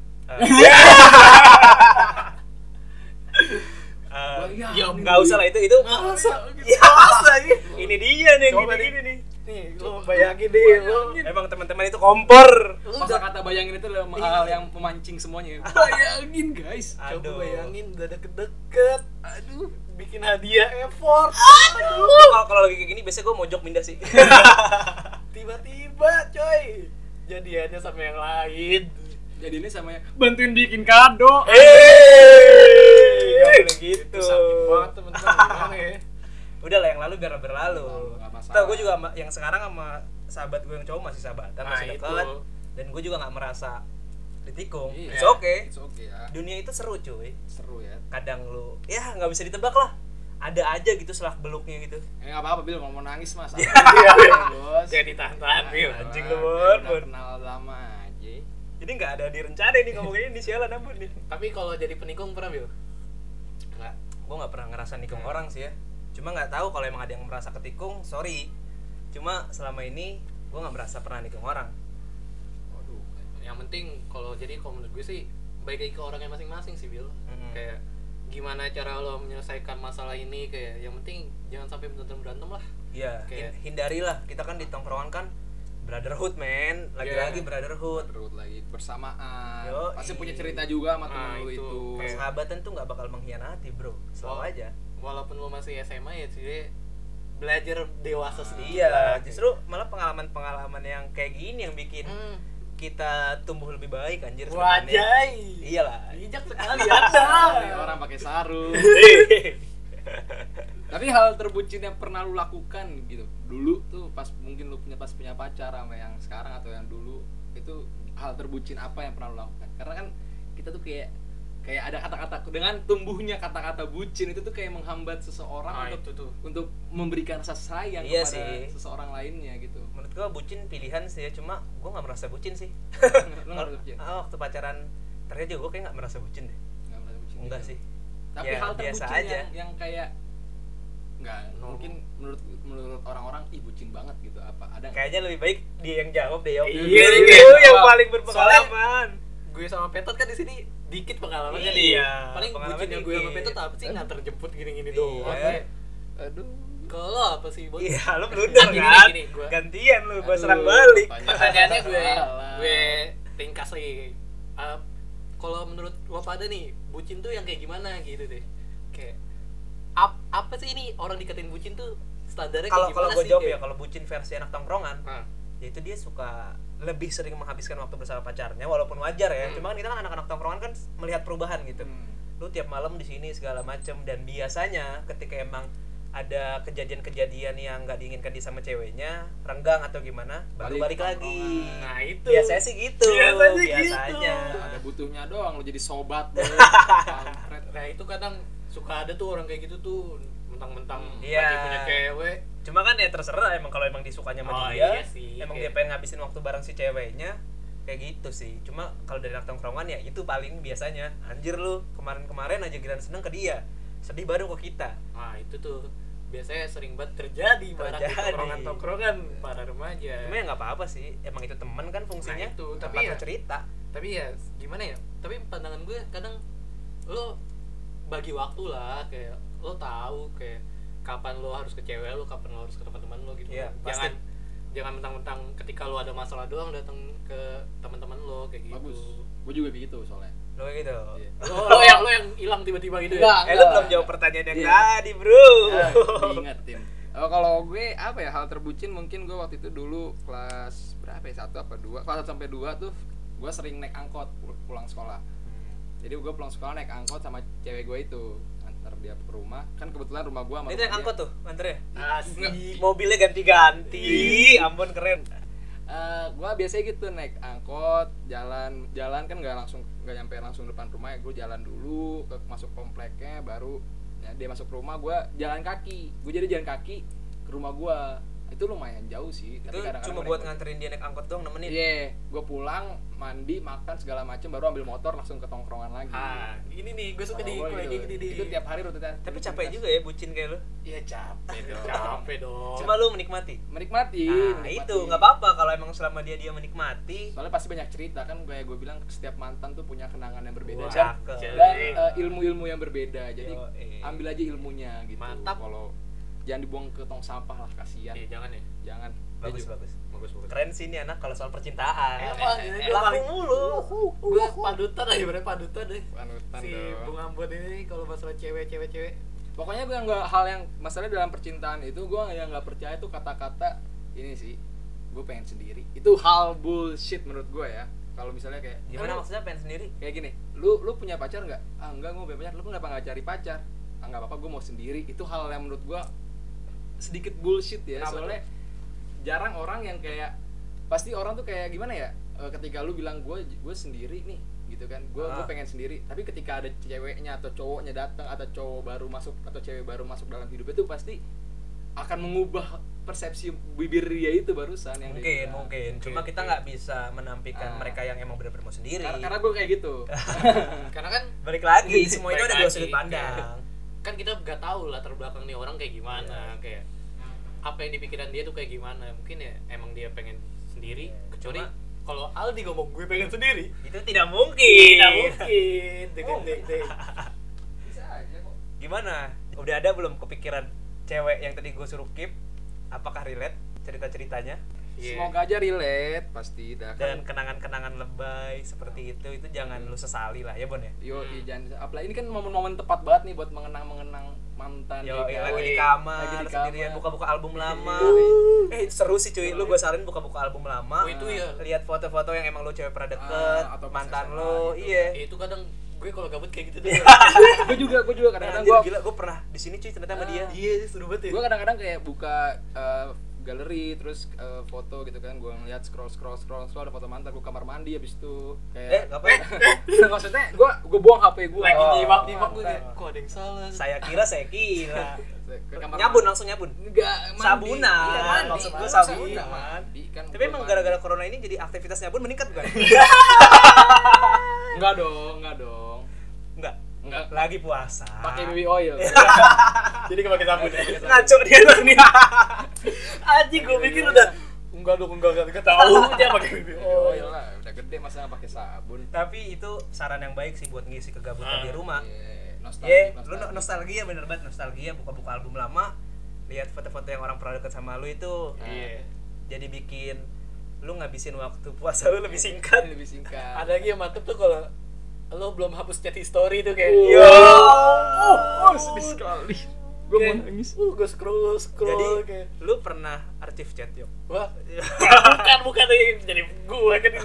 [SPEAKER 1] Wah,
[SPEAKER 2] eh,
[SPEAKER 1] iya,
[SPEAKER 3] Ya,
[SPEAKER 1] ini
[SPEAKER 2] nggak usah lah itu itu
[SPEAKER 3] Masa gitu.
[SPEAKER 2] ya masa ini ini dia nih
[SPEAKER 3] Coba
[SPEAKER 2] gini, gini nih
[SPEAKER 3] Nih, lu bayangin deh lu.
[SPEAKER 2] emang teman-teman itu kompor
[SPEAKER 3] Lu
[SPEAKER 1] kosa
[SPEAKER 3] udah Iya.
[SPEAKER 1] kata bayangin itu adalah hal yang memancing
[SPEAKER 3] *laughs*
[SPEAKER 1] semuanya bayangin guys
[SPEAKER 2] aduh
[SPEAKER 3] Coba bayangin udah deket-deket. Aduh, Ah! bikin hadiah effort.
[SPEAKER 2] kalau kalau lagi kayak gini biasanya gua mojok pindah
[SPEAKER 3] *laughs*
[SPEAKER 2] sih
[SPEAKER 3] Tiba-tiba, coy. Jadiannya sama yang lain.
[SPEAKER 1] jadi ini sama ya. yang
[SPEAKER 4] bantuin bikin kado
[SPEAKER 2] Eh, nggak boleh gitu.
[SPEAKER 3] Itu Iya, sakit banget teman-teman gimana ya?
[SPEAKER 2] Udah lah yang lalu biar berlalu.
[SPEAKER 1] Berlalu, nggak masalah.
[SPEAKER 2] Tahu gue juga sama- yang sekarang sama sahabat gue yang cowok masih sahabatan,
[SPEAKER 3] Nah,
[SPEAKER 2] masih
[SPEAKER 3] itu.
[SPEAKER 2] dekat. Dan gue juga nggak merasa ditikung.
[SPEAKER 1] Iya.
[SPEAKER 2] It's okay.
[SPEAKER 1] it's okay ya
[SPEAKER 2] Dunia itu seru cuy.
[SPEAKER 1] seru ya
[SPEAKER 2] Kadang lu ya nggak bisa ditebak lah. Ada aja gitu selak beluknya gitu.
[SPEAKER 1] eh nggak apa-apa Bil mau mau nangis
[SPEAKER 3] *laughs*
[SPEAKER 1] mas Apa? bos
[SPEAKER 3] Iya, Jadi tahan-tahan, Bil.
[SPEAKER 2] anjing
[SPEAKER 1] Nah,
[SPEAKER 2] lu,
[SPEAKER 1] kayak
[SPEAKER 2] Bun,
[SPEAKER 1] udah
[SPEAKER 2] Bun.
[SPEAKER 1] kenal lama aja
[SPEAKER 2] Jadi nggak ada direncana ini ngomongin ini sialan ampun nih.
[SPEAKER 3] Tapi kalau jadi penikung pernah, Bil? Enggak.
[SPEAKER 2] Gue nggak pernah ngerasa nikung orang sih ya. Cuma nggak tahu kalau emang ada yang merasa ketikung, sorry. Cuma selama ini gue nggak merasa pernah nikung orang.
[SPEAKER 1] waduh
[SPEAKER 3] Yang penting kalau jadi kalau menurut gue sih baik lagi ke orangnya masing-masing sih, Bil.
[SPEAKER 2] Mm-mm.
[SPEAKER 3] Kayak gimana cara lo menyelesaikan masalah ini kayak yang penting jangan sampai berantem berantem lah
[SPEAKER 2] Iya, hin-
[SPEAKER 3] Kayak-
[SPEAKER 2] hindarilah. Kita kan di tongkrongan kan brotherhood, men. Lagi-lagi
[SPEAKER 3] Iya.
[SPEAKER 2] brotherhood.
[SPEAKER 1] terus lagi bersamaan
[SPEAKER 2] Yoi.
[SPEAKER 1] pasti punya cerita juga sama
[SPEAKER 3] Ah,
[SPEAKER 1] temen lu
[SPEAKER 3] itu.
[SPEAKER 1] itu,
[SPEAKER 3] Kayak-
[SPEAKER 2] Persahabatan tuh nggak bakal mengkhianati, Bro. Selalu
[SPEAKER 3] Oh.
[SPEAKER 2] aja.
[SPEAKER 3] walaupun lo masih SMA ya sih belajar dewasa sedikit lah.
[SPEAKER 2] Iya, justru malah pengalaman-pengalaman yang kayak gini yang bikin
[SPEAKER 3] Hmm.
[SPEAKER 2] kita tumbuh lebih baik anjir ke depannya.
[SPEAKER 3] Wajai.
[SPEAKER 2] Iyalah.
[SPEAKER 3] Bijak sekali ya. *laughs*
[SPEAKER 1] Sekali
[SPEAKER 2] Iya.
[SPEAKER 3] Anda.
[SPEAKER 1] orang pakai sarung tapi hal terbucin yang pernah lu lakukan gitu dulu tuh pas mungkin lu punya pas punya pacar sama yang sekarang atau yang dulu itu hal terbucin apa yang pernah lu lakukan karena kan kita tuh kayak kayak ada kata-kata dengan tumbuhnya kata-kata bucin itu tuh kayak menghambat seseorang
[SPEAKER 2] Nah,
[SPEAKER 3] Ah,
[SPEAKER 1] untuk
[SPEAKER 3] itu tuh.
[SPEAKER 1] untuk memberikan rasa sayang
[SPEAKER 2] Iya
[SPEAKER 1] kepada
[SPEAKER 2] sih.
[SPEAKER 1] seseorang lainnya
[SPEAKER 2] *laughs*
[SPEAKER 1] gitu
[SPEAKER 2] Menurut gua bucin pilihan sih ya, cuma gua nggak merasa bucin sih.
[SPEAKER 1] lu nggak merasa bucin?
[SPEAKER 2] Ah, waktu pacaran ternyata juga gua kayak nggak merasa bucin deh.
[SPEAKER 1] Nggak merasa bucin
[SPEAKER 2] Enggak
[SPEAKER 1] gitu.
[SPEAKER 2] sih.
[SPEAKER 1] tapi
[SPEAKER 2] Ya,
[SPEAKER 1] hal
[SPEAKER 2] biasa
[SPEAKER 1] terbucin
[SPEAKER 2] aja.
[SPEAKER 1] yang, yang kayak nggak
[SPEAKER 3] Normal.
[SPEAKER 1] mungkin menurut menurut orang-orang ih bucin banget gitu apa ada nggak?
[SPEAKER 2] Kayaknya lebih baik dia yang jawab deh, Yop.
[SPEAKER 3] Iya,
[SPEAKER 2] Lu
[SPEAKER 3] iya.
[SPEAKER 2] yang paling
[SPEAKER 3] Soalnya-
[SPEAKER 2] berpengalaman.
[SPEAKER 3] gue sama Petot kan di sini dikit
[SPEAKER 2] Iya,
[SPEAKER 3] pengalamannya nih. Paling
[SPEAKER 2] pengalaman
[SPEAKER 3] bucinnya gue sama
[SPEAKER 2] dikit.
[SPEAKER 3] Petot apa sih nganter jemput gini-gini
[SPEAKER 2] Iya.
[SPEAKER 3] doang. ya.
[SPEAKER 1] aduh
[SPEAKER 3] Kalau lo apa sih, Bos?
[SPEAKER 2] Iya, lu blunder
[SPEAKER 3] Gini,
[SPEAKER 2] kan?
[SPEAKER 3] gini, gua-
[SPEAKER 2] Gantian lu, gua
[SPEAKER 1] Aduh,
[SPEAKER 2] serang balik.
[SPEAKER 1] apanya?
[SPEAKER 3] Pertanyaannya gue
[SPEAKER 1] Salah.
[SPEAKER 3] gue ringkas lagi. Eh, kalau menurut lo pada nih, bucin tuh yang kayak gimana gitu deh. Kayak ap- apa sih ini orang dikatain bucin tuh standarnya
[SPEAKER 2] Kalau
[SPEAKER 3] kayak
[SPEAKER 2] kalau
[SPEAKER 3] gimana
[SPEAKER 2] gua
[SPEAKER 3] sih?
[SPEAKER 2] jawab ya,
[SPEAKER 3] Kayak-
[SPEAKER 2] kalau bucin versi anak tongkrongan,
[SPEAKER 3] Ah,
[SPEAKER 2] yaitu Ya dia suka lebih sering menghabiskan waktu bersama pacarnya walaupun wajar ya.
[SPEAKER 3] Hmm.
[SPEAKER 2] Cuma kan kita kan anak-anak tongkrongan kan melihat perubahan gitu. Lu tiap malam di sini segala macem dan biasanya ketika emang ada kejadian-kejadian yang nggak diinginkan di sama ceweknya, renggang atau gimana,
[SPEAKER 1] Balik
[SPEAKER 2] baru balik,
[SPEAKER 1] ke
[SPEAKER 2] lagi.
[SPEAKER 1] tongkrongan.
[SPEAKER 3] Nah, itu.
[SPEAKER 2] Biasanya sih gitu.
[SPEAKER 3] Biasanya gitu.
[SPEAKER 2] biasanya.
[SPEAKER 1] ada butuhnya doang lo jadi sobat
[SPEAKER 2] *laughs*
[SPEAKER 1] lo
[SPEAKER 3] Nah, itu kadang suka ada tuh orang kayak gitu tuh mentang-mentang
[SPEAKER 1] Hmm.
[SPEAKER 3] lagi
[SPEAKER 2] Iya.
[SPEAKER 3] punya cewek
[SPEAKER 2] Cuma kan ya terserah emang kalau emang disukanya sama
[SPEAKER 3] Oh,
[SPEAKER 2] dia,
[SPEAKER 3] iya sih,
[SPEAKER 2] emang dia
[SPEAKER 3] kayak-
[SPEAKER 2] pengen ngabisin waktu bareng si ceweknya, kayak gitu sih. Cuma kalau dari anak tongkrongan ya itu paling biasanya. Anjir lu, kemarin-kemarin aja giliran seneng ke dia, sedih baru ke kita.
[SPEAKER 3] Nah itu tuh biasanya sering banget terjadi barang di
[SPEAKER 2] Terjadi.
[SPEAKER 3] tongkrongan-tongkrongan para remaja.
[SPEAKER 2] Cuma ya nggak apa-apa sih, emang itu teman kan fungsinya.
[SPEAKER 3] Iya. Nah, itu,
[SPEAKER 2] tempat
[SPEAKER 3] tapi ya-
[SPEAKER 2] lo cerita.
[SPEAKER 3] Tapi ya gimana ya? Tapi pandangan gue kadang lo bagi waktu lah kayak lo tahu kayak kapan lo harus ke cewek lo kapan lo harus ke teman-teman lo gitu
[SPEAKER 2] Iya, pasti.
[SPEAKER 3] jangan jangan mentang-mentang ketika lo ada masalah doang datang ke teman-teman lo kayak gitu
[SPEAKER 1] bagus gue juga begitu soalnya
[SPEAKER 2] Lo kayak gitu.
[SPEAKER 1] Iya.
[SPEAKER 3] lo, lo yang lo yang hilang tiba-tiba gitu ya
[SPEAKER 2] Eh, lo belum jawab pertanyaan yang
[SPEAKER 1] Iya.
[SPEAKER 2] tadi, Bro. *laughs*
[SPEAKER 1] Ah, diingetin Eh, kalau gue apa ya hal terbucin mungkin gue waktu itu dulu kelas berapa ya satu apa dua kelas 1 sampai dua tuh gue sering naik angkot pul- pulang sekolah jadi gue pulang sekolah naik angkot sama cewek gue itu antar dia ke rumah kan kebetulan rumah gue sama
[SPEAKER 2] Ini
[SPEAKER 1] rumah
[SPEAKER 2] yang
[SPEAKER 1] dia-
[SPEAKER 2] angkot tuh, antre.
[SPEAKER 1] Nggak.
[SPEAKER 2] Mobilnya ganti-ganti.
[SPEAKER 3] Iya.
[SPEAKER 2] Ampun keren.
[SPEAKER 1] Eh, gua biasanya gitu naik angkot jalan jalan kan nggak langsung nggak nyampe langsung depan rumah ya gue jalan dulu ke masuk kompleknya baru ya, dia masuk rumah gua jalan kaki gue jadi jalan kaki ke rumah gua itu lumayan jauh sih
[SPEAKER 2] Itu
[SPEAKER 1] tapi kadang-kadang
[SPEAKER 2] cuma
[SPEAKER 1] naik
[SPEAKER 2] buat
[SPEAKER 1] ojek.
[SPEAKER 2] nganterin dia naik angkot doang
[SPEAKER 1] iya
[SPEAKER 2] nemenin.
[SPEAKER 1] gue pulang mandi makan segala macem baru ambil motor langsung ke tongkrongan lagi
[SPEAKER 3] ah ini nih gue
[SPEAKER 1] Kalau
[SPEAKER 3] suka di
[SPEAKER 1] gua
[SPEAKER 3] kayak
[SPEAKER 1] gitu.
[SPEAKER 3] gini nih
[SPEAKER 1] itu
[SPEAKER 2] Iya.
[SPEAKER 1] tiap hari rutinitas
[SPEAKER 2] Tapi capek
[SPEAKER 3] Iya.
[SPEAKER 2] juga ya bucin kayak lo.
[SPEAKER 3] ya
[SPEAKER 1] *laughs*
[SPEAKER 3] capek dong capek dong
[SPEAKER 2] Cuma lo menikmati.
[SPEAKER 1] menikmati,
[SPEAKER 2] Nah,
[SPEAKER 1] menikmati.
[SPEAKER 2] itu nggak apa-apa kalau emang selama dia dia menikmati.
[SPEAKER 1] soalnya pasti banyak cerita kan kayak gue bilang setiap mantan tuh punya kenangan yang berbeda
[SPEAKER 2] Wah,
[SPEAKER 1] Dan
[SPEAKER 2] cakep.
[SPEAKER 1] dan eh, ilmu-ilmu yang berbeda jadi
[SPEAKER 2] Yoi.
[SPEAKER 1] ambil aja ilmunya gitu
[SPEAKER 3] Mantap.
[SPEAKER 1] kalau jangan dibuang ke tong sampah lah kasihan
[SPEAKER 3] Iya, jangan ya
[SPEAKER 1] jangan
[SPEAKER 2] Bagus bagus.
[SPEAKER 3] bagus bagus
[SPEAKER 2] Keren sih ini anak kalau soal percintaan.
[SPEAKER 3] Emang,
[SPEAKER 2] Eh,
[SPEAKER 3] ini
[SPEAKER 2] eh,
[SPEAKER 3] gua
[SPEAKER 2] laku
[SPEAKER 3] paling-
[SPEAKER 2] mulu.
[SPEAKER 3] gue padutan aja berarti padutan deh
[SPEAKER 1] panutan
[SPEAKER 3] si
[SPEAKER 1] dong.
[SPEAKER 3] Bung Ambon ini kalau masalah cewek cewek cewek
[SPEAKER 1] pokoknya gue nggak hal yang masalah dalam percintaan itu gue yang nggak percaya tuh kata-kata ini sih gue pengen sendiri itu hal bullshit menurut gue ya kalau misalnya kayak
[SPEAKER 2] Gimana
[SPEAKER 1] "Aduh,
[SPEAKER 2] maksudnya pengen sendiri?
[SPEAKER 1] kayak gini lu lu punya pacar nggak ah enggak gue punya pacar lu kenapa nggak cari pacar ah nggak apa-apa gue mau sendiri itu hal yang menurut gue sedikit bullshit ya
[SPEAKER 3] Kenapa
[SPEAKER 1] soalnya jarang orang yang kayak pasti orang tuh kayak gimana ya e, ketika lu bilang gue gue sendiri nih gitu kan gue
[SPEAKER 2] Ah.
[SPEAKER 1] pengen sendiri tapi ketika ada ceweknya atau cowoknya datang atau cowok baru masuk atau cewek baru masuk dalam hidupnya tuh pasti akan mengubah persepsi bibir dia itu barusan yang dia
[SPEAKER 2] Mungkin,
[SPEAKER 1] bilang.
[SPEAKER 2] mungkin. Cuma kita nggak bisa menampilkan mereka yang emang benar-benar mau sendiri.
[SPEAKER 1] karena, karena gue kayak
[SPEAKER 2] *laughs*
[SPEAKER 1] gitu
[SPEAKER 3] karena kan
[SPEAKER 2] Balik lagi, semua itu
[SPEAKER 3] Balik
[SPEAKER 2] ada dua
[SPEAKER 3] lagi,
[SPEAKER 2] sudut pandang.
[SPEAKER 3] kan kita nggak tahu latar belakang nih orang kayak gimana kayak apa yang di pikiran dia tuh kayak gimana mungkin ya emang dia pengen sendiri
[SPEAKER 2] Iya,
[SPEAKER 3] kecuali
[SPEAKER 2] cuma-
[SPEAKER 3] kalau Aldi ngomong gue pengen sendiri
[SPEAKER 2] Itu tidak mungkin.
[SPEAKER 3] tidak mungkin deng deng, deng deng
[SPEAKER 1] bisa aja kok
[SPEAKER 2] Gimana? Udah ada belum kepikiran cewek yang tadi gue suruh keep? Apakah relate cerita-ceritanya?
[SPEAKER 3] Iya.
[SPEAKER 1] Semoga aja relate pasti dah
[SPEAKER 2] Dan
[SPEAKER 1] kan.
[SPEAKER 2] kenangan-kenangan lebay seperti itu itu jangan lu sesali lah ya Bon ya.
[SPEAKER 1] Yo, iya, jangan apalagi ini kan momen-momen tepat banget nih buat mengenang-mengenang mantan
[SPEAKER 2] Yo,
[SPEAKER 1] ya,
[SPEAKER 2] iya, lagi
[SPEAKER 1] kan?
[SPEAKER 2] di
[SPEAKER 3] Yoi.
[SPEAKER 2] kamar,
[SPEAKER 1] Lagi di
[SPEAKER 2] sendirian
[SPEAKER 1] kamar.
[SPEAKER 2] buka-buka album lama. eh seru sih cuy, lu gue saranin buka-buka album lama.
[SPEAKER 3] Oh, itu ya.
[SPEAKER 2] Lihat foto-foto yang emang lu cewek pernah deket,
[SPEAKER 1] Ah, atau pas
[SPEAKER 2] mantan
[SPEAKER 1] SMA
[SPEAKER 2] lu,
[SPEAKER 1] gitu.
[SPEAKER 2] iya.
[SPEAKER 3] Ya, itu kadang gue kalau gabut kayak gitu deh
[SPEAKER 1] gue juga gue juga kadang-kadang
[SPEAKER 2] Anjir,
[SPEAKER 1] gue
[SPEAKER 2] gila ya. gue pernah di sini cuy ternyata sama dia.
[SPEAKER 3] iya seru banget
[SPEAKER 1] gue kadang-kadang kayak buka eh, galeri terus eh, foto gitu kan gue ngeliat scroll scroll scroll scroll ada foto mantan gue kamar mandi habis itu
[SPEAKER 2] Eh,
[SPEAKER 1] *laughs* kayak
[SPEAKER 2] ngapain?
[SPEAKER 1] maksudnya gue gue buang hp gue
[SPEAKER 3] lagi
[SPEAKER 2] Oh,
[SPEAKER 3] nyimak nyimak gue kayak
[SPEAKER 1] mantan.
[SPEAKER 3] kok ada yang salah
[SPEAKER 2] saya kira, saya kira.
[SPEAKER 1] ke kamar mandi.
[SPEAKER 2] nyabun
[SPEAKER 1] Kan
[SPEAKER 2] langsung nyabun.
[SPEAKER 1] enggak mandi.
[SPEAKER 2] Sabunan.
[SPEAKER 1] Iya, mandi
[SPEAKER 2] Maksud gua
[SPEAKER 1] Gua
[SPEAKER 2] sabunan.
[SPEAKER 1] mandi kan
[SPEAKER 2] Tapi
[SPEAKER 1] gua
[SPEAKER 2] emang
[SPEAKER 1] mandi.
[SPEAKER 2] gara-gara corona ini jadi aktivitas nyabun meningkat bukan?
[SPEAKER 1] enggak dong enggak dong
[SPEAKER 2] Enggak.
[SPEAKER 1] enggak
[SPEAKER 2] Lagi puasa.
[SPEAKER 1] pakai baby *laughs* oil
[SPEAKER 3] jadi kepake sabun *laughs* ya
[SPEAKER 2] ngaco dia tuh nih.
[SPEAKER 3] *laughs*
[SPEAKER 2] Iya.
[SPEAKER 3] anjing gue pikir udah enggak dong enggak enggak enggak tahu dia pakai BB
[SPEAKER 1] Oh iyalah, udah gede masa nggak pakai sabun.
[SPEAKER 2] Tapi itu saran yang baik sih buat ngisi kegabutan
[SPEAKER 3] Ah,
[SPEAKER 2] di rumah.
[SPEAKER 1] Ye,
[SPEAKER 2] Ye,
[SPEAKER 1] Iya, nostalgia,
[SPEAKER 2] lu no-
[SPEAKER 1] nostalgia.
[SPEAKER 2] nostalgia bener banget nostalgia buka-buka album lama, lihat foto-foto yang orang pernah deket sama lu itu
[SPEAKER 3] iya
[SPEAKER 2] jadi bikin lu ngabisin waktu puasa lu lebih singkat.
[SPEAKER 3] Iya.
[SPEAKER 1] Lebih singkat.
[SPEAKER 3] ada lagi yang mantep tuh kalau lo belum hapus chat history tuh kayak
[SPEAKER 1] Iya.
[SPEAKER 2] Yo.
[SPEAKER 1] Oh, sedih sekali. Gue mau nangis.
[SPEAKER 3] uh gue scroll scroll
[SPEAKER 2] Jadi
[SPEAKER 3] kayak
[SPEAKER 2] lu pernah arsip chat yuk?
[SPEAKER 3] wah *laughs* bukan bukan ini jadi gue kan ini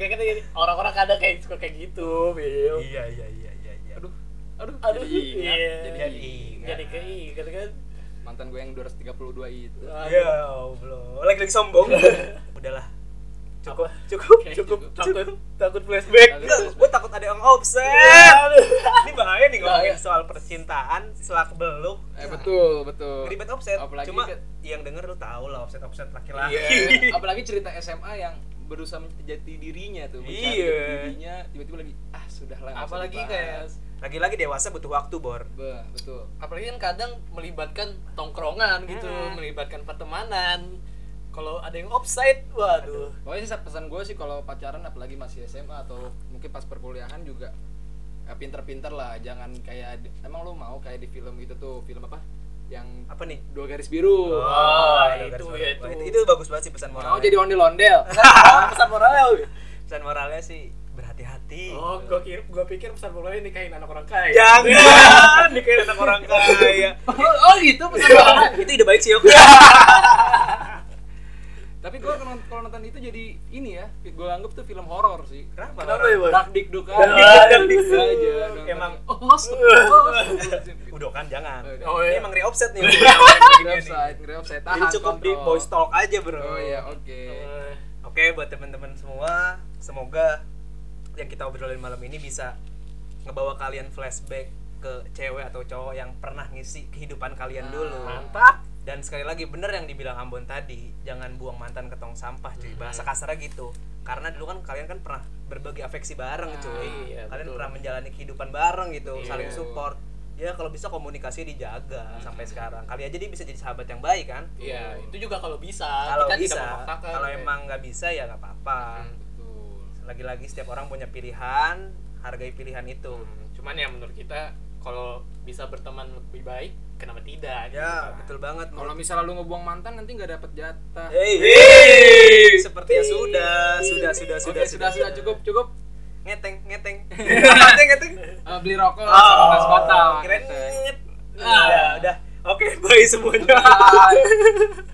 [SPEAKER 3] kayak kan ini orang-orang kadang kayak suka kayak gitu Bill
[SPEAKER 2] Iya iya iya iya. iya.
[SPEAKER 1] Aduh, aduh,
[SPEAKER 3] aduh
[SPEAKER 1] Jadi ingat,
[SPEAKER 3] iya.
[SPEAKER 1] jadi
[SPEAKER 2] jadi
[SPEAKER 1] ingat.
[SPEAKER 3] jadi kayak kan kan
[SPEAKER 1] mantan gue yang 232 itu.
[SPEAKER 2] Ya Allah, lagi-lagi
[SPEAKER 3] *laughs*
[SPEAKER 2] sombong. Udahlah,
[SPEAKER 3] cukup
[SPEAKER 2] cukup,
[SPEAKER 1] Oke,
[SPEAKER 2] cukup,
[SPEAKER 1] cukup.
[SPEAKER 2] cukup.
[SPEAKER 3] gitu. takut takut flashback
[SPEAKER 1] Takut.
[SPEAKER 2] Enggak, gue takut ada yang eh. offset.
[SPEAKER 3] *laughs* Aduh.
[SPEAKER 2] Ini bahaya nih ngomongin
[SPEAKER 1] Bahaya.
[SPEAKER 2] soal percintaan, selak beluk.
[SPEAKER 1] Eh betul, betul.
[SPEAKER 2] Ribet offset.
[SPEAKER 1] Apalagi
[SPEAKER 2] Cuma Ah.
[SPEAKER 1] ke-
[SPEAKER 2] yang denger lu tahu lah offset-offset laki-laki. *laughs*
[SPEAKER 1] Iya, apalagi cerita SMA yang berusaha menjadi dirinya tuh, mencari
[SPEAKER 2] Iya.
[SPEAKER 1] dirinya tiba-tiba lagi ah sudah lah. nggak usah
[SPEAKER 3] apalagi kayak
[SPEAKER 1] dibahas.
[SPEAKER 2] Lagi-lagi dewasa butuh waktu, Bor.
[SPEAKER 1] Be- betul.
[SPEAKER 3] apalagi kan kadang melibatkan tongkrongan gitu
[SPEAKER 2] Mm-mm.
[SPEAKER 3] melibatkan pertemanan kalau ada yang offside waduh
[SPEAKER 1] Pokoknya sih pesan gue sih kalau pacaran apalagi masih SMA atau mungkin pas perkuliahan juga eh, ya pinter-pinter lah jangan kayak di- emang lu mau kayak di film itu tuh film apa yang
[SPEAKER 2] apa nih
[SPEAKER 1] dua garis biru
[SPEAKER 3] Oh,
[SPEAKER 2] ada
[SPEAKER 3] itu
[SPEAKER 2] garis
[SPEAKER 3] ya,
[SPEAKER 2] bawah.
[SPEAKER 3] itu.
[SPEAKER 2] itu itu bagus banget sih pesan moralnya
[SPEAKER 1] mau jadi
[SPEAKER 2] *laughs*
[SPEAKER 1] ondel-ondel
[SPEAKER 3] pesan moralnya Wi.
[SPEAKER 2] pesan moralnya sih berhati-hati
[SPEAKER 3] oh gua kira gua pikir pesan moralnya nikahin anak orang kaya
[SPEAKER 2] jangan nikahin anak orang kaya
[SPEAKER 1] oh, oh gitu *laughs* pesan Iya.
[SPEAKER 2] itu ide baik sih Yok.
[SPEAKER 1] tapi gue kalau nonton, kalau nonton itu jadi ini ya gue anggap tuh film horor sih
[SPEAKER 2] kenapa
[SPEAKER 3] kenapa ya bang
[SPEAKER 1] dak dikduk aja
[SPEAKER 2] Dak dikduk.
[SPEAKER 1] aja nonton.
[SPEAKER 2] Emang-
[SPEAKER 1] oh astagfirullahaladzim.
[SPEAKER 2] udokan kan, jangan
[SPEAKER 1] Oh, iya, udah.
[SPEAKER 3] oh
[SPEAKER 2] ini
[SPEAKER 3] ya
[SPEAKER 2] emang offset
[SPEAKER 1] *laughs*
[SPEAKER 2] nih
[SPEAKER 1] Grab side, grab side. iya.
[SPEAKER 2] jadi
[SPEAKER 1] Tahan,
[SPEAKER 2] cukup di
[SPEAKER 1] kontrol.
[SPEAKER 2] boys talk aja bro
[SPEAKER 1] Oh iya, oke.
[SPEAKER 3] Eh,
[SPEAKER 2] Oke, buat teman-teman semua, semoga yang kita obrolin malam ini bisa ngebawa kalian flashback ke cewek atau cowok yang pernah ngisi kehidupan
[SPEAKER 1] Ah.
[SPEAKER 2] kalian dulu.
[SPEAKER 3] mantap
[SPEAKER 2] Dan sekali lagi bener yang dibilang Ambon tadi, jangan buang mantan ke tong sampah, cuy.
[SPEAKER 3] Hmm.
[SPEAKER 2] Bahasa kasarnya gitu. Karena dulu kan kalian kan pernah berbagi afeksi bareng, cuy.
[SPEAKER 3] iya,
[SPEAKER 2] kalian
[SPEAKER 3] betul.
[SPEAKER 2] pernah menjalani kehidupan bareng gitu,
[SPEAKER 3] Iya. Hmm.
[SPEAKER 2] saling support. Ya kalau bisa komunikasi dijaga sampai sekarang. Kali aja dia bisa jadi sahabat yang baik kan?
[SPEAKER 3] Iya, itu juga kalau bisa.
[SPEAKER 2] Kalau
[SPEAKER 3] kita
[SPEAKER 2] bisa,
[SPEAKER 3] tidak memaksakan.
[SPEAKER 2] kalau emang nggak bisa ya nggak apa-apa
[SPEAKER 3] Hmm.
[SPEAKER 1] Betul.
[SPEAKER 2] lagi-lagi setiap orang punya pilihan hargai pilihan itu
[SPEAKER 3] Hmm, cuman ya menurut kita kalau bisa berteman lebih baik, kenapa tidak? gitu
[SPEAKER 2] ya
[SPEAKER 3] kan.
[SPEAKER 2] betul banget
[SPEAKER 1] Kalau misalnya lu ngebuang mantan nanti nggak dapet jatah.
[SPEAKER 2] Hey, hey. seperti ya sudah sudah sudah
[SPEAKER 1] Oke,
[SPEAKER 2] sudah
[SPEAKER 1] sudah, sudah, cukup, cukup.
[SPEAKER 2] ngeteng ngeteng *laughs* ngeteng ngeteng
[SPEAKER 1] Eh, beli rokok sama tas kotak.
[SPEAKER 2] Ah, keren
[SPEAKER 1] Teh.
[SPEAKER 2] udah udah oke bye semuanya
[SPEAKER 1] Bye.